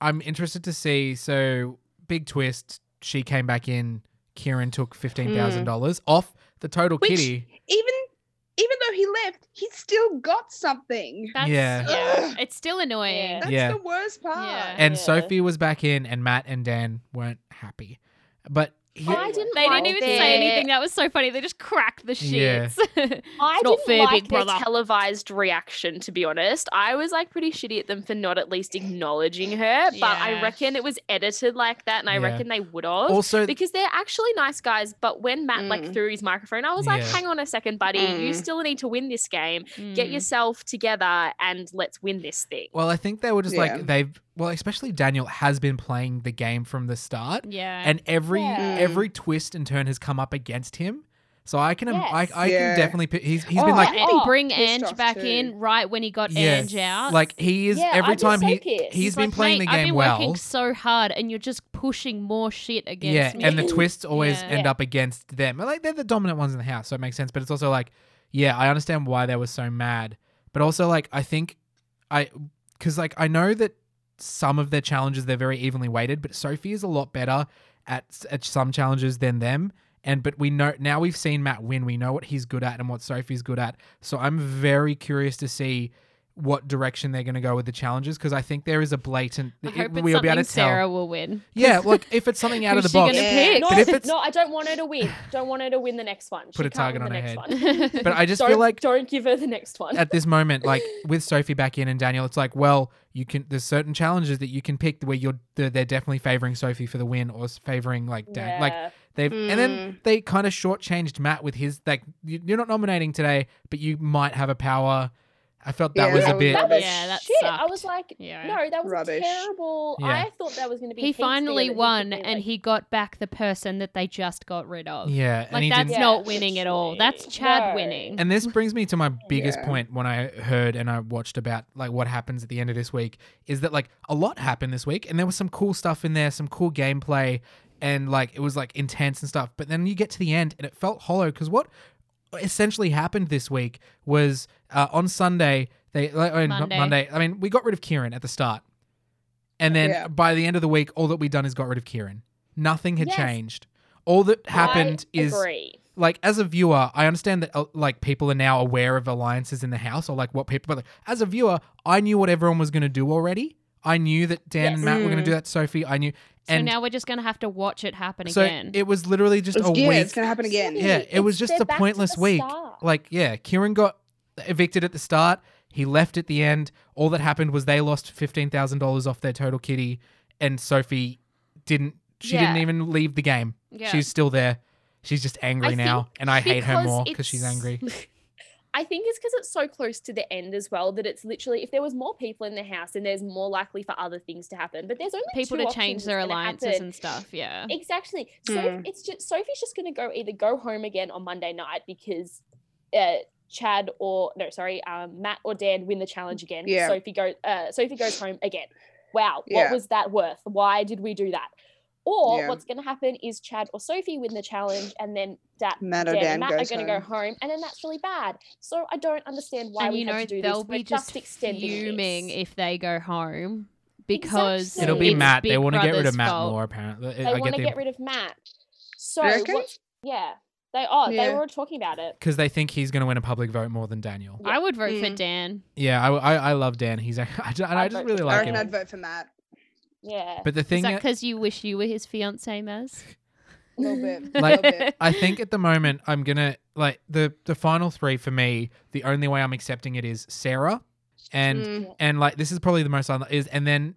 B: I'm interested to see. So big twist. She came back in. Kieran took fifteen thousand dollars
C: Mm.
B: off the total
D: Which-
B: kitty.
D: Even, even though he left, he still got something.
A: That's,
B: Yeah.
D: Ugh.
A: It's still annoying.
D: That's
B: Yeah.
D: the worst part.
A: Yeah.
B: and
C: Yeah.
B: Sophie was back in, and Matt and Dan weren't happy. But he,
C: I didn't.
A: They
C: like
A: didn't even
C: their-
A: say anything. That was so funny. They just cracked the
B: Yeah.
A: shits.
C: I
A: It's not
C: didn't
A: fair,
C: like
A: Big
C: their
A: Brother.
C: televised reaction, to be honest. I was like pretty shitty at them for not at least acknowledging her, but
A: Yeah.
C: I reckon it was edited like that, and I
B: Yeah.
C: reckon they would have.
B: also,
C: because they're actually nice guys. But when Matt like
D: Mm.
C: threw his microphone, I was like,
B: Yeah.
C: "Hang on a second, buddy. You
D: Mm.
C: still need to win this game. Get
A: Mm.
C: yourself together and let's win this thing."
B: well, I think they were just
D: Yeah.
B: like they've. Well, especially Daniel has been playing the game from the start,
A: Yeah.
B: and every
C: Yeah.
B: every twist and turn has come up against him. So I can, I, I
D: Yeah.
B: can definitely. pi- He's he's
D: Oh,
B: been like,
A: Didn't
D: yeah.
A: he
D: oh,
A: bring
D: pissed
A: Ange
D: off
A: back
D: too.
A: in right when he got
B: Yes.
A: Ange out?
B: like he is
G: Yeah,
B: every
G: I'd be
B: time
G: so
B: he
G: pissed.
B: he's
A: He's
B: been
A: like,
B: playing
A: "Mate,
B: the game
A: I've been
B: well.
A: working so hard, and you're just pushing more shit
B: yeah,
A: against me.
B: and the twists always
A: Yeah.
B: end
G: Yeah.
B: up against them. And, Like they're the dominant ones in the house, so it makes sense. But it's also like, yeah, I understand why they were so mad, but also like I think I because like I know that some of their challenges they're very evenly weighted, but Sophie is a lot better at s- at some challenges than them. And but we know now we've seen Matt win. We know what he's good at and what Sophie's good at. So I'm very curious to see what direction they're going to go with the challenges because I think there is a blatant.
A: I
B: it-
A: hope it's
B: we'll be able
A: something
B: to tell.
A: Sarah will win.
B: Yeah, look if it's something out of the
A: Who's she
B: box.
A: gonna
D: Yeah.
A: pick?
G: No,
B: But if it's-
G: no, I don't want her to win. Don't want her to win the next one. She
B: Put a
G: can't
B: target
G: win the
B: on her
G: next
B: head.
G: One.
B: But I just
G: don't,
B: feel like
G: don't give her the next one.
B: at this moment, like with Sophie back in and Daniel, it's like, well, you can. There's certain challenges that you can pick where you're they're, they're definitely favoring Sophie for the win or s- favoring like Dan. Like
G: Yeah.
B: they've and then they kind of shortchanged Matt with his like you- you're not nominating today, but you might have a power. I felt that
D: Yeah,
B: was a
D: that was-
B: bit.
G: that was
A: Yeah, that
G: shit. I
A: sucked.
G: was like,
A: Yeah.
G: no, that was
D: Rubbish.
G: terrible.
B: Yeah.
G: I thought that was going to be.
A: he
G: heaps bigger
A: finally
G: than
A: won,
G: could be,
A: and
G: like-
A: he got back the person that they just got rid of.
B: yeah, and
A: Like
B: he
A: that's
B: didn't.
A: not
G: Yeah,
A: winning at all. That's
G: literally.
A: Chad
G: No.
A: winning.
B: And this brings me to my biggest
D: Yeah.
B: point when I heard and I watched about like what happens at the end of this week is that like a lot happened this week and there was some cool stuff in there, some cool gameplay and like it was like intense and stuff. But then you get to the end and it felt hollow because what essentially happened this week was uh, on Sunday they like, uh, not
A: Monday.
B: Monday. I mean, we got rid of Kieran at the start. And then
D: Yeah.
B: by the end of the week all that we done is got rid of Kieran. Nothing had
G: Yes.
B: changed. All that happened
G: I
B: is
G: agree.
B: like as a viewer, I understand that uh, like people are now aware of alliances in the house or like what people. But like, as a viewer, I knew what everyone was going to do already. I knew that Dan and
G: Yes.
B: Matt were going to
D: Mm.
B: do that. Sophie, I knew,
A: so
B: and
A: now we're just gonna have to watch it happen
B: so
A: again.
B: it was literally just
D: It's-
B: a
D: yeah,
B: week.
D: it's gonna happen again.
B: Yeah, it was just
G: they're
B: a
G: back to
B: pointless
G: the
B: week.
G: start.
B: Like yeah, Kieran got evicted at the start. He left at the end. All that happened was they lost fifteen thousand dollars off their total kitty, and Sophie didn't. She
A: Yeah.
B: didn't even leave the game.
A: yeah.
B: She's still there. She's just angry
C: I
B: now,
C: think
B: and I hate her
C: because
B: more because she's
C: it's-
B: angry.
C: I think it's because it's so close to the end as well that it's literally if there was more people in the house, then there's more likely for other things to happen. But there's only
A: people
C: two
A: to change
C: options
A: their
C: that's gonna
A: alliances
C: happen.
A: and stuff. Yeah.
C: Exactly. So
D: Mm.
C: it's just Sophie's just going to go either go home again on Monday night because uh, Chad or no, sorry, um, Matt or Dan win the challenge again.
D: Yeah.
C: Sophie go. Uh, Sophie goes home again. Wow,
D: Yeah.
C: what was that worth? Why did we do that? Or
D: Yeah.
C: what's going to happen is Chad or Sophie win the challenge, and then that
D: Matt or
C: Dan
D: Dan
C: and Matt
D: goes
C: are going to go home, and then that's really bad. So I don't understand why
A: and
C: we
A: you
C: have
A: know
C: to do
A: they'll
C: this.
A: be
C: We're
A: just,
C: extending this.
A: fuming if they go home because
C: Exactly.
B: It'll be
A: it's
B: Matt. They
A: Big
B: want to get rid of
A: Brother's
B: Matt
A: fault.
B: more, apparently.
C: They
B: I
C: want
B: get
C: to
B: the
C: get rid of Matt. So
D: You reckon?
C: what's- yeah, they are. They
D: Yeah.
C: were all talking about it.
B: because they think he's going to win a public vote more than Daniel.
A: I would vote for
D: Mm.
A: Dan.
B: Yeah, I, I, I love Dan. He's a- I, ju- and I
C: I'd
B: just
C: vote
B: really
C: for
D: I
B: like
D: reckon
B: him.
D: I'd vote for Matt
C: Yeah.
B: But the
A: Is
B: thing,
A: that because you wish you were his fiance, Maz?
D: a little bit.
B: Like-
D: little bit.
B: I think at the moment, I'm gonna like the the final three for me. The only way I'm accepting it is Sarah, and
A: Hmm.
D: Mm.
B: and like this is probably the most unli- is and then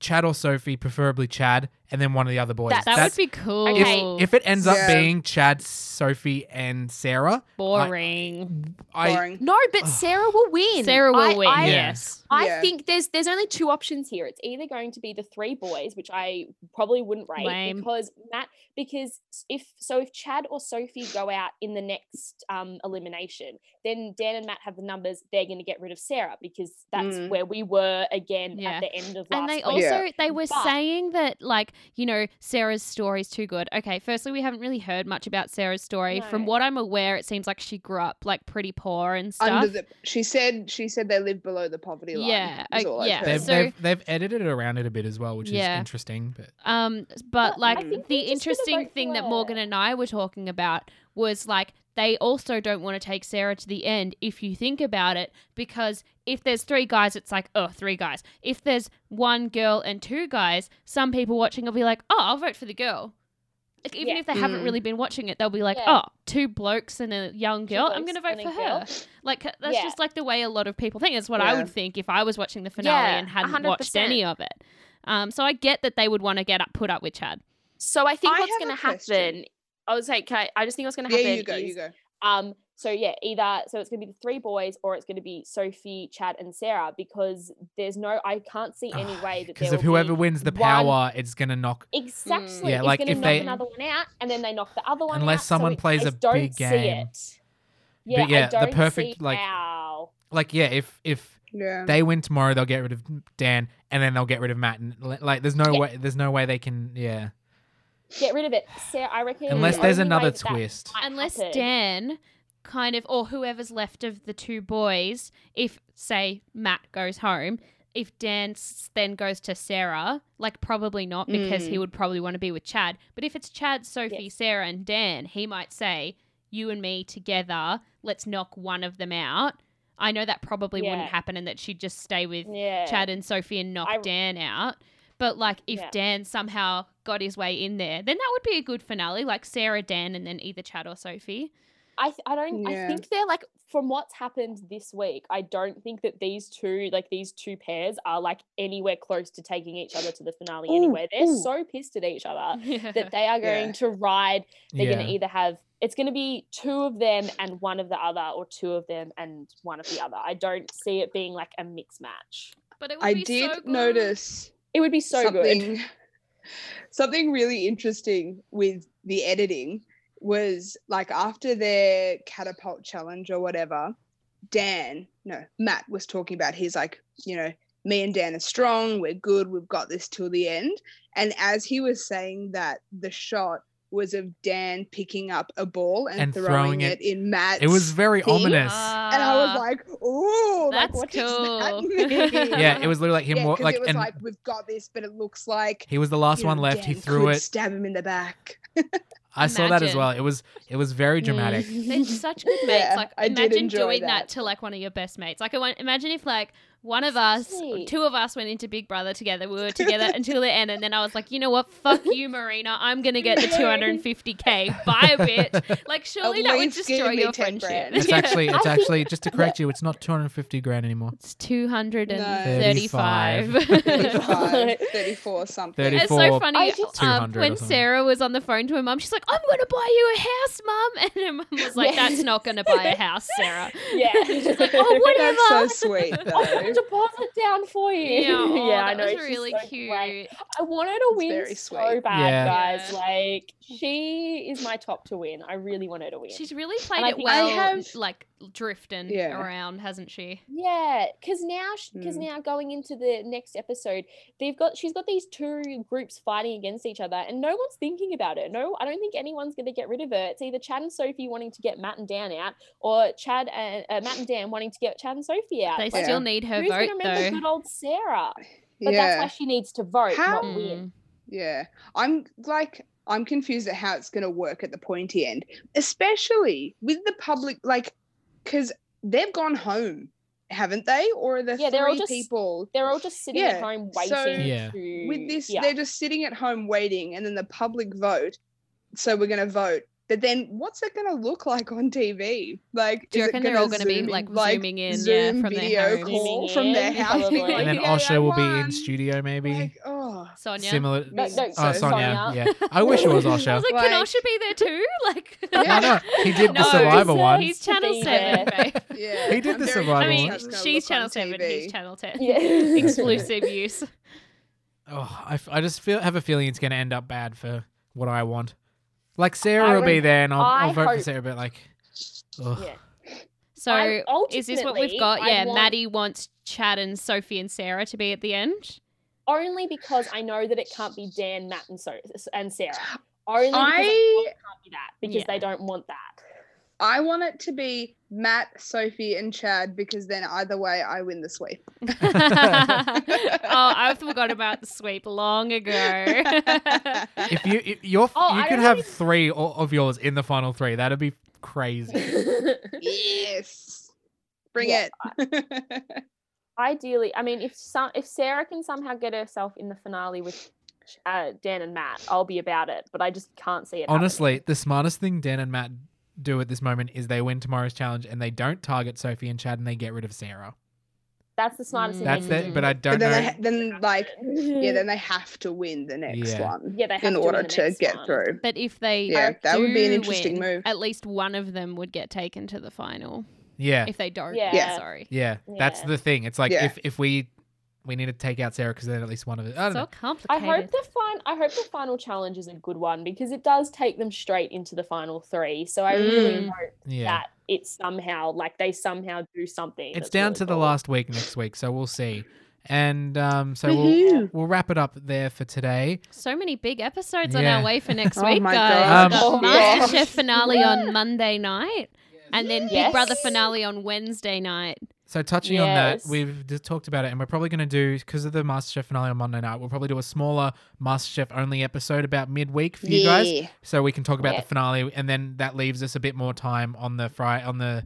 B: Chad or Sophie, preferably Chad, and then one of the other boys.
C: That-
A: that
B: That's-
A: would be cool.
C: Okay.
B: if it ends up
D: Yeah.
B: being Chad, Sophie, and Sarah,
A: boring.
B: I
D: Boring.
C: No, but
B: Ugh.
C: Sarah will win.
A: Sarah will
C: I-
A: win.
C: I,
B: Yeah.
A: yes.
C: I
D: Yeah.
C: think there's there's only two options here. It's either going to be the three boys, which I probably wouldn't rate
A: Lame.
C: because Matt because if so if Chad or Sophie go out in the next um, elimination, then Dan and Matt have the numbers. They're going to get rid of Sarah because that's
D: Mm.
C: where we were again
A: Yeah.
C: at the end of last.
A: And they
C: week.
A: also they were
C: But-
A: saying that like you know Sarah's story's too good. Okay, firstly we haven't really heard much about Sarah's story. From
C: No.
A: what I'm aware, it seems like she grew up like pretty poor and stuff.
D: Under the, she said she said they live below the poverty line.
A: Yeah,
D: is
A: I-
D: all I've
A: yeah.
B: They've,
D: heard.
A: So-
B: they've, they've edited it around it a bit as well, which
A: Yeah.
B: is interesting. But
A: Um, but
C: But I
A: like
C: think
A: the
C: we're just gonna
A: interesting
C: vote for
A: thing that
C: it.
A: Morgan and I were talking about was like they also don't want to take Sarah to the end if you think about it, because if there's three guys, it's like, oh, three guys. If there's one girl and two guys, some people watching will be like, oh, I'll vote for the girl. Like, even
C: Yeah.
A: if they haven't
D: Mm.
A: really been watching it, they'll be like,
C: Yeah.
A: oh, two blokes and a young
C: Two
A: girl, I'm going
C: blokes
A: to vote
C: and
A: for
C: a
A: her.
C: girl.
A: Like, uh, that's
C: Yeah.
A: just like the way a lot of people think. It's what I
D: Yeah.
A: would think if I was watching the finale
C: Yeah,
A: and hadn't watched
C: 100%.
A: any of it. Um, so I get that they would want to get up, put up with Chad.
C: So I think
D: I
C: what's
D: have a
C: going to
D: question.
C: happen. I was like, okay, I just think what's going to
D: Yeah,
C: happen
D: you go,
C: is
D: you go.
C: um So yeah, either so it's going to be the three boys or it's going to be Sophie, Chad, and Sarah because there's no I can't see any way that
B: Because
C: there
B: if
C: will be
B: whoever wins the
C: one-
B: power, it's gonna knock.
C: Exactly.
B: Yeah,
C: it's
B: like,
C: going to
B: if
C: knock
B: they-
C: another one out, and then they knock the other one.
B: Unless
C: out, so
B: someone
C: it-
B: plays
C: I
B: a
C: just don't
B: big
C: see
B: game.
C: it. Yeah,
B: yeah,
C: I
B: the
C: don't
B: perfect,
C: see
B: like-
C: how.
B: Like, yeah, if if
D: Yeah.
B: they win tomorrow, they'll get rid of Dan, and then they'll get rid of Matt. And li- like, there's no
C: Yeah.
B: way, there's no way they can. Yeah,
C: get rid of it. Sarah, I reckon
B: unless
C: the
B: there's
C: only way
B: another
C: that that
B: twist.
C: might
A: unless
C: happen-
A: Dan kind of or whoever's left of the two boys, if say Matt goes home, if Dan s- then goes to Sarah, like probably not because
C: Mm.
A: he would probably want to be with Chad. But if it's Chad, Sophie, Sarah, and Dan, he might say, "You and me together, let's knock one of them out." I know that probably
C: Yeah.
A: wouldn't happen, and that she'd just stay with
C: yeah.
A: Chad and Sophie and knock
C: I-
A: Dan out. But like if
C: Yeah.
A: Dan somehow got his way in there, then that would be a good finale, like Sarah, Dan, and then either Chad or Sophie.
C: I th- I don't I
D: Yeah.
C: think they're like from what's happened this week. I don't think that these two like these two pairs are like anywhere close to taking each other to the finale.
D: Ooh,
C: anyway, they're
D: ooh.
C: so pissed at each other
A: Yeah.
C: Uh, that they are
D: Yeah.
C: going to ride. They're
B: yeah,
C: going to either have it's going to be two of them and one of the other, or two of them and one of the other. I don't see it being like a mixed match.
A: But it would
D: I
A: be
D: did
A: so good.
D: notice
C: It would be so good.
D: something, something really interesting with the editing was like after their catapult challenge or whatever, Dan, no, Matt was talking about he's like, you know, me and Dan are strong, we're good, we've got this till the end. And as he was saying that, the shot was of Dan picking up a ball and,
B: And
D: throwing,
B: throwing
D: it,
B: it.
D: in Matt's.
B: it was very
D: thing.
B: ominous.
D: and I was
A: Ah,
D: like, "Ooh, like,
A: that's
D: what does
A: cool.
D: that mean?"
B: yeah, it was literally like him,
D: Yeah,
B: wa-
D: 'cause
B: like,
D: it was
B: and
D: like we've got this, but it looks like
B: he was the last
D: you
B: one
D: know,
B: left. He
D: Dan
B: threw
D: could
B: it.
D: Stab him in the back.
B: I saw that as
A: Imagine.
B: well. It was it was very dramatic.
A: they're such good mates.
D: Yeah,
A: like
D: I did
A: imagine
D: enjoy
A: doing that.
D: that.
A: to like one of your best mates. Like I want, imagine if like one of us,
C: Sweet.
A: two of us went into Big Brother together. We were together until the end, and then I was like, you know what? Fuck you, Marina. I'm gonna get the 250k. Bye, bitch. Like surely
D: At
A: that would
D: least give
A: destroy
D: me
A: your
D: 10
A: friendship.
D: grand.
B: It's
A: Yeah.
B: actually it's
C: I
B: actually just to correct you, it's not 250 grand anymore.
A: It's 235.
B: 35.
D: 35, 34 something.
A: It's
B: 34.
A: so
C: I
A: funny.
C: just-
A: Um,
B: 200 or
A: when
B: something.
A: Sarah was on the phone to her mum, she's like, I'm going to buy you a house, mum. And her mum was like,
C: Yeah.
A: That's not going to buy a house, Sarah.
C: Yeah.
A: she's like, Oh, whatever.
D: That's so sweet
C: I'll put a
D: though.
C: deposit down for you.
A: yeah, oh,
C: Yeah, I
A: that
C: know,
A: was
C: she's
A: really
C: so
A: cute.
C: great. I want her to
D: It's very
C: win so
D: sweet.
C: bad,
B: Yeah.
C: guys.
A: Yeah.
C: Like she is my top to win. I really want her to win.
A: She's really played
C: I
A: it
C: think-
A: well,
D: I have-
A: like drifting
D: Yeah.
A: around, hasn't she?
C: yeah, because now, because
D: Mm.
C: now going into the next episode, they've got she's got these two groups fighting against each other, and no one's thinking about it. No, I don't think anyone's going to get rid of her. It's either Chad and Sophie wanting to get Matt and Dan out, or Chad and uh, Matt and Dan wanting to get Chad and Sophie out.
A: They
C: Like,
A: still need her
C: who's
A: vote,
C: going to remember
A: though.
C: good old Sarah? But that's why
D: Yeah,
C: she needs to vote,
D: How-
C: not win.
A: Mm.
D: yeah. I'm like, I'm confused at how it's going to work at the pointy end, especially with the public, like, because they've gone home, haven't they? Or are there
C: Yeah, they're all
D: three
C: just-
D: people?
C: They're all just sitting
D: Yeah,
C: at home
D: so-
C: waiting.
B: Yeah.
C: to-
D: with this
C: Mm, yeah.
D: they're just sitting at home waiting and then the public vote so we're going to vote but then what's it going to look like on tv like
A: Do you
D: is it
A: reckon they're all going
D: gonna
A: to be
D: zoom-
A: like, zooming in
D: Zoom
A: yeah, from
D: video
A: their homes?
D: call
C: Zooming
D: from their
C: in,
D: house
C: probably.
D: Like,
B: and then
D: "Yeah, I
B: Osha will be
D: won."
B: in studio maybe.
D: like, oh
A: Sonia.
B: Similar.
C: No, no,
D: Oh,
B: Oh,
C: so-
B: Sonia. Yeah. I wish it was
A: I
B: Osha.
A: was like,
D: Like-
A: can Osha be there too? Like,
B: No,
D: Yeah.
B: no. He did the
A: No,
B: Survivor one.
A: He's Channel
C: Be
A: 7,
C: there.
A: babe.
D: yeah
B: He did the
D: very
B: Survivor
A: I
B: I
D: curious
B: mean,
A: mean,
D: how it's gonna
A: she's
D: look on
A: Channel 7,
D: TV.
A: he's Channel 10.
C: Yeah.
A: Exclusive use.
B: Oh, I, f- I just feel have a feeling it's going to end up bad for what I want. Like Sarah will be
C: reckon-
B: there, and I'll,
C: I
B: I'll vote for
C: hope-
B: Sarah, but like, ugh.
C: Yeah.
A: So,
C: I-
A: is this what
C: ultimately,
A: we've got?
C: I
A: Yeah,
C: want-
A: Maddie wants Chad and Sophie and Sarah to be at the end.
C: Only because I know that it can't be Dan, Matt, and, so- and Sarah. Only because it
D: i
C: can't be that because
A: Yeah.
C: they don't want that.
D: i want it to be matt sophie and chad because then either way i win the sweep
A: oh, I forgot about the sweep long ago.
B: If you if your
C: Oh,
B: you
C: I
B: could
C: don't
B: have three o- of yours in the final three, that'd be crazy.
D: yes bring
C: Yeah.
D: it
C: Ideally, I mean, if some, if Sarah can somehow get herself in the finale with uh, Dan and Matt, I'll be about it. But I just can't see it. happening.
B: Honestly, the smartest thing Dan and Matt do at this moment is they win tomorrow's challenge and they don't target Sophie and Chad and they get rid of Sarah.
F: That's the smartest
A: Mm.
F: thing.
B: That's
F: they
A: Mhm.
B: it. But I don't
D: But Mm-hmm. then,
B: know.
D: they, ha- then like,
F: can do.
D: yeah, then they have to win the next
B: Yeah.
D: one
F: yeah, they have
D: in
F: to win
D: order
F: the
D: to
F: next
D: get
F: one.
D: through.
A: But if they
D: Yeah, that would be an
A: do
D: interesting
A: win,
D: move.
A: At least one of them would get taken to the final.
B: Yeah,
A: If they don't,
F: Yeah.
A: yeah. sorry.
B: yeah. That's
F: Yeah.
B: the thing. It's like
D: Yeah.
B: if if we we need to take out Sarah because then at least one of us. I don't
A: So
B: know.
F: I
A: complicated.
F: hope the fin- I hope the final challenge is a good one because it does take them straight into the final three. So I really
A: Mm.
F: hope
B: Yeah.
F: that it's somehow like they somehow do something.
B: It's
F: that's
B: down
F: really
B: to the
F: cool.
B: last week next week, so we'll see. And um, so we'll
D: Woohoo.
B: we'll wrap it up there for today.
A: so many big episodes on
B: Yeah.
A: our way for next
D: Oh
A: week,
D: my
A: guys. We've
B: gosh.
A: got
D: Um, Yes.
A: MasterChef finale on Monday night, and then Big Brother
F: Yes.
A: finale on Wednesday night.
B: So touching on that,
F: Yes.
B: we've just talked about it, and we're probably going to do because of the MasterChef finale on Monday night. We'll probably do a smaller MasterChef only episode about midweek for you guys,
D: Yeah.
B: so we can talk about
F: Yeah.
B: the finale, and then that leaves us a bit more time on the Friday on the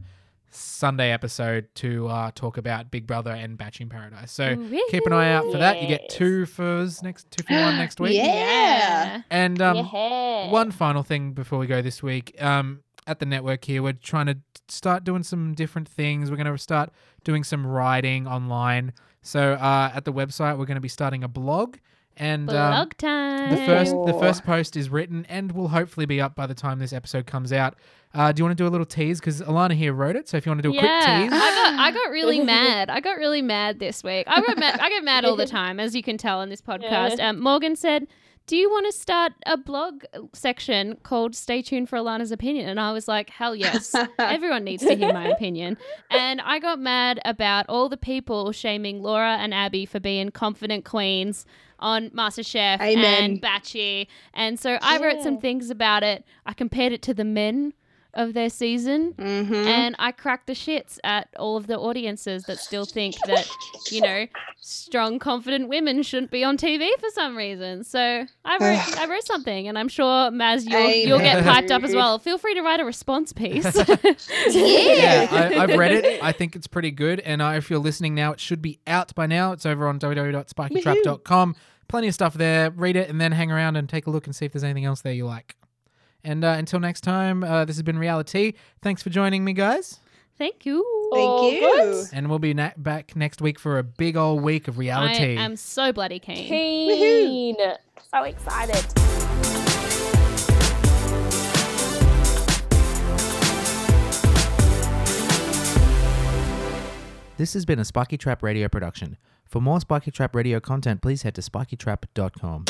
B: Sunday episode to uh, talk about Big Brother and Batching Paradise.
F: Mm-hmm.
B: So keep an eye out for that. You get
F: Yes.
B: two fours next two for one next week,
D: Yeah.
B: and um,
F: yeah.
B: one final thing before we go this week. Um, at the network here, we're trying to start doing some different things. We're going to start doing some writing online. So uh, at the website, we're going to be starting a blog, and um,
A: Blog time.
B: the first the
D: Ooh.
B: first post is written and will hopefully be up by the time this episode comes out. Uh, do you want to do a little tease? Because Alana here wrote it, so if you want to do a
A: yeah,
B: quick tease,
A: I got I got really mad. I got really mad this week. I got mad, I get mad all the time, as you can tell in this podcast. Um, Morgan said, "Do you want to start a blog section called Stay Tuned for Alana's Opinion?" And I was like, "Hell yes." Everyone needs to hear my opinion. And I got mad about all the people shaming Laura and Abby for being confident queens on MasterChef
D: Amen.
A: and Batchy. And so I wrote some
F: Yeah.
A: things about it. I compared it to the men of their season.
B: Mm-hmm.
D: Mhm.
A: And I cracked the shits at all of the audiences that still think that, you know, strong, confident women shouldn't be on TV for some reason. So I wrote, I wrote something, and I'm sure Maz, you'll, you'll get
B: Amen.
A: piped up as well. Feel free to write a response piece.
B: yeah,
D: Yeah.
B: I, I've read it. I think it's pretty good. And uh, if you're listening now, it should be out by now. It's over on www.spikytrap.com. Plenty of stuff there. Read it and then hang around and take a look and see if there's anything else there you like. And uh, until next time, uh, this has been Reality. Thanks for joining me, guys.
A: Thank you.
D: Thank
F: All
D: you.
F: good?
B: And we'll be na- back next week for a big old week of
A: I
B: reality.
A: am so bloody keen.
F: Keen. So excited.
B: This has been a Spiky Trap Radio production. For more Spiky Trap Radio content, please head to spikytrap.com.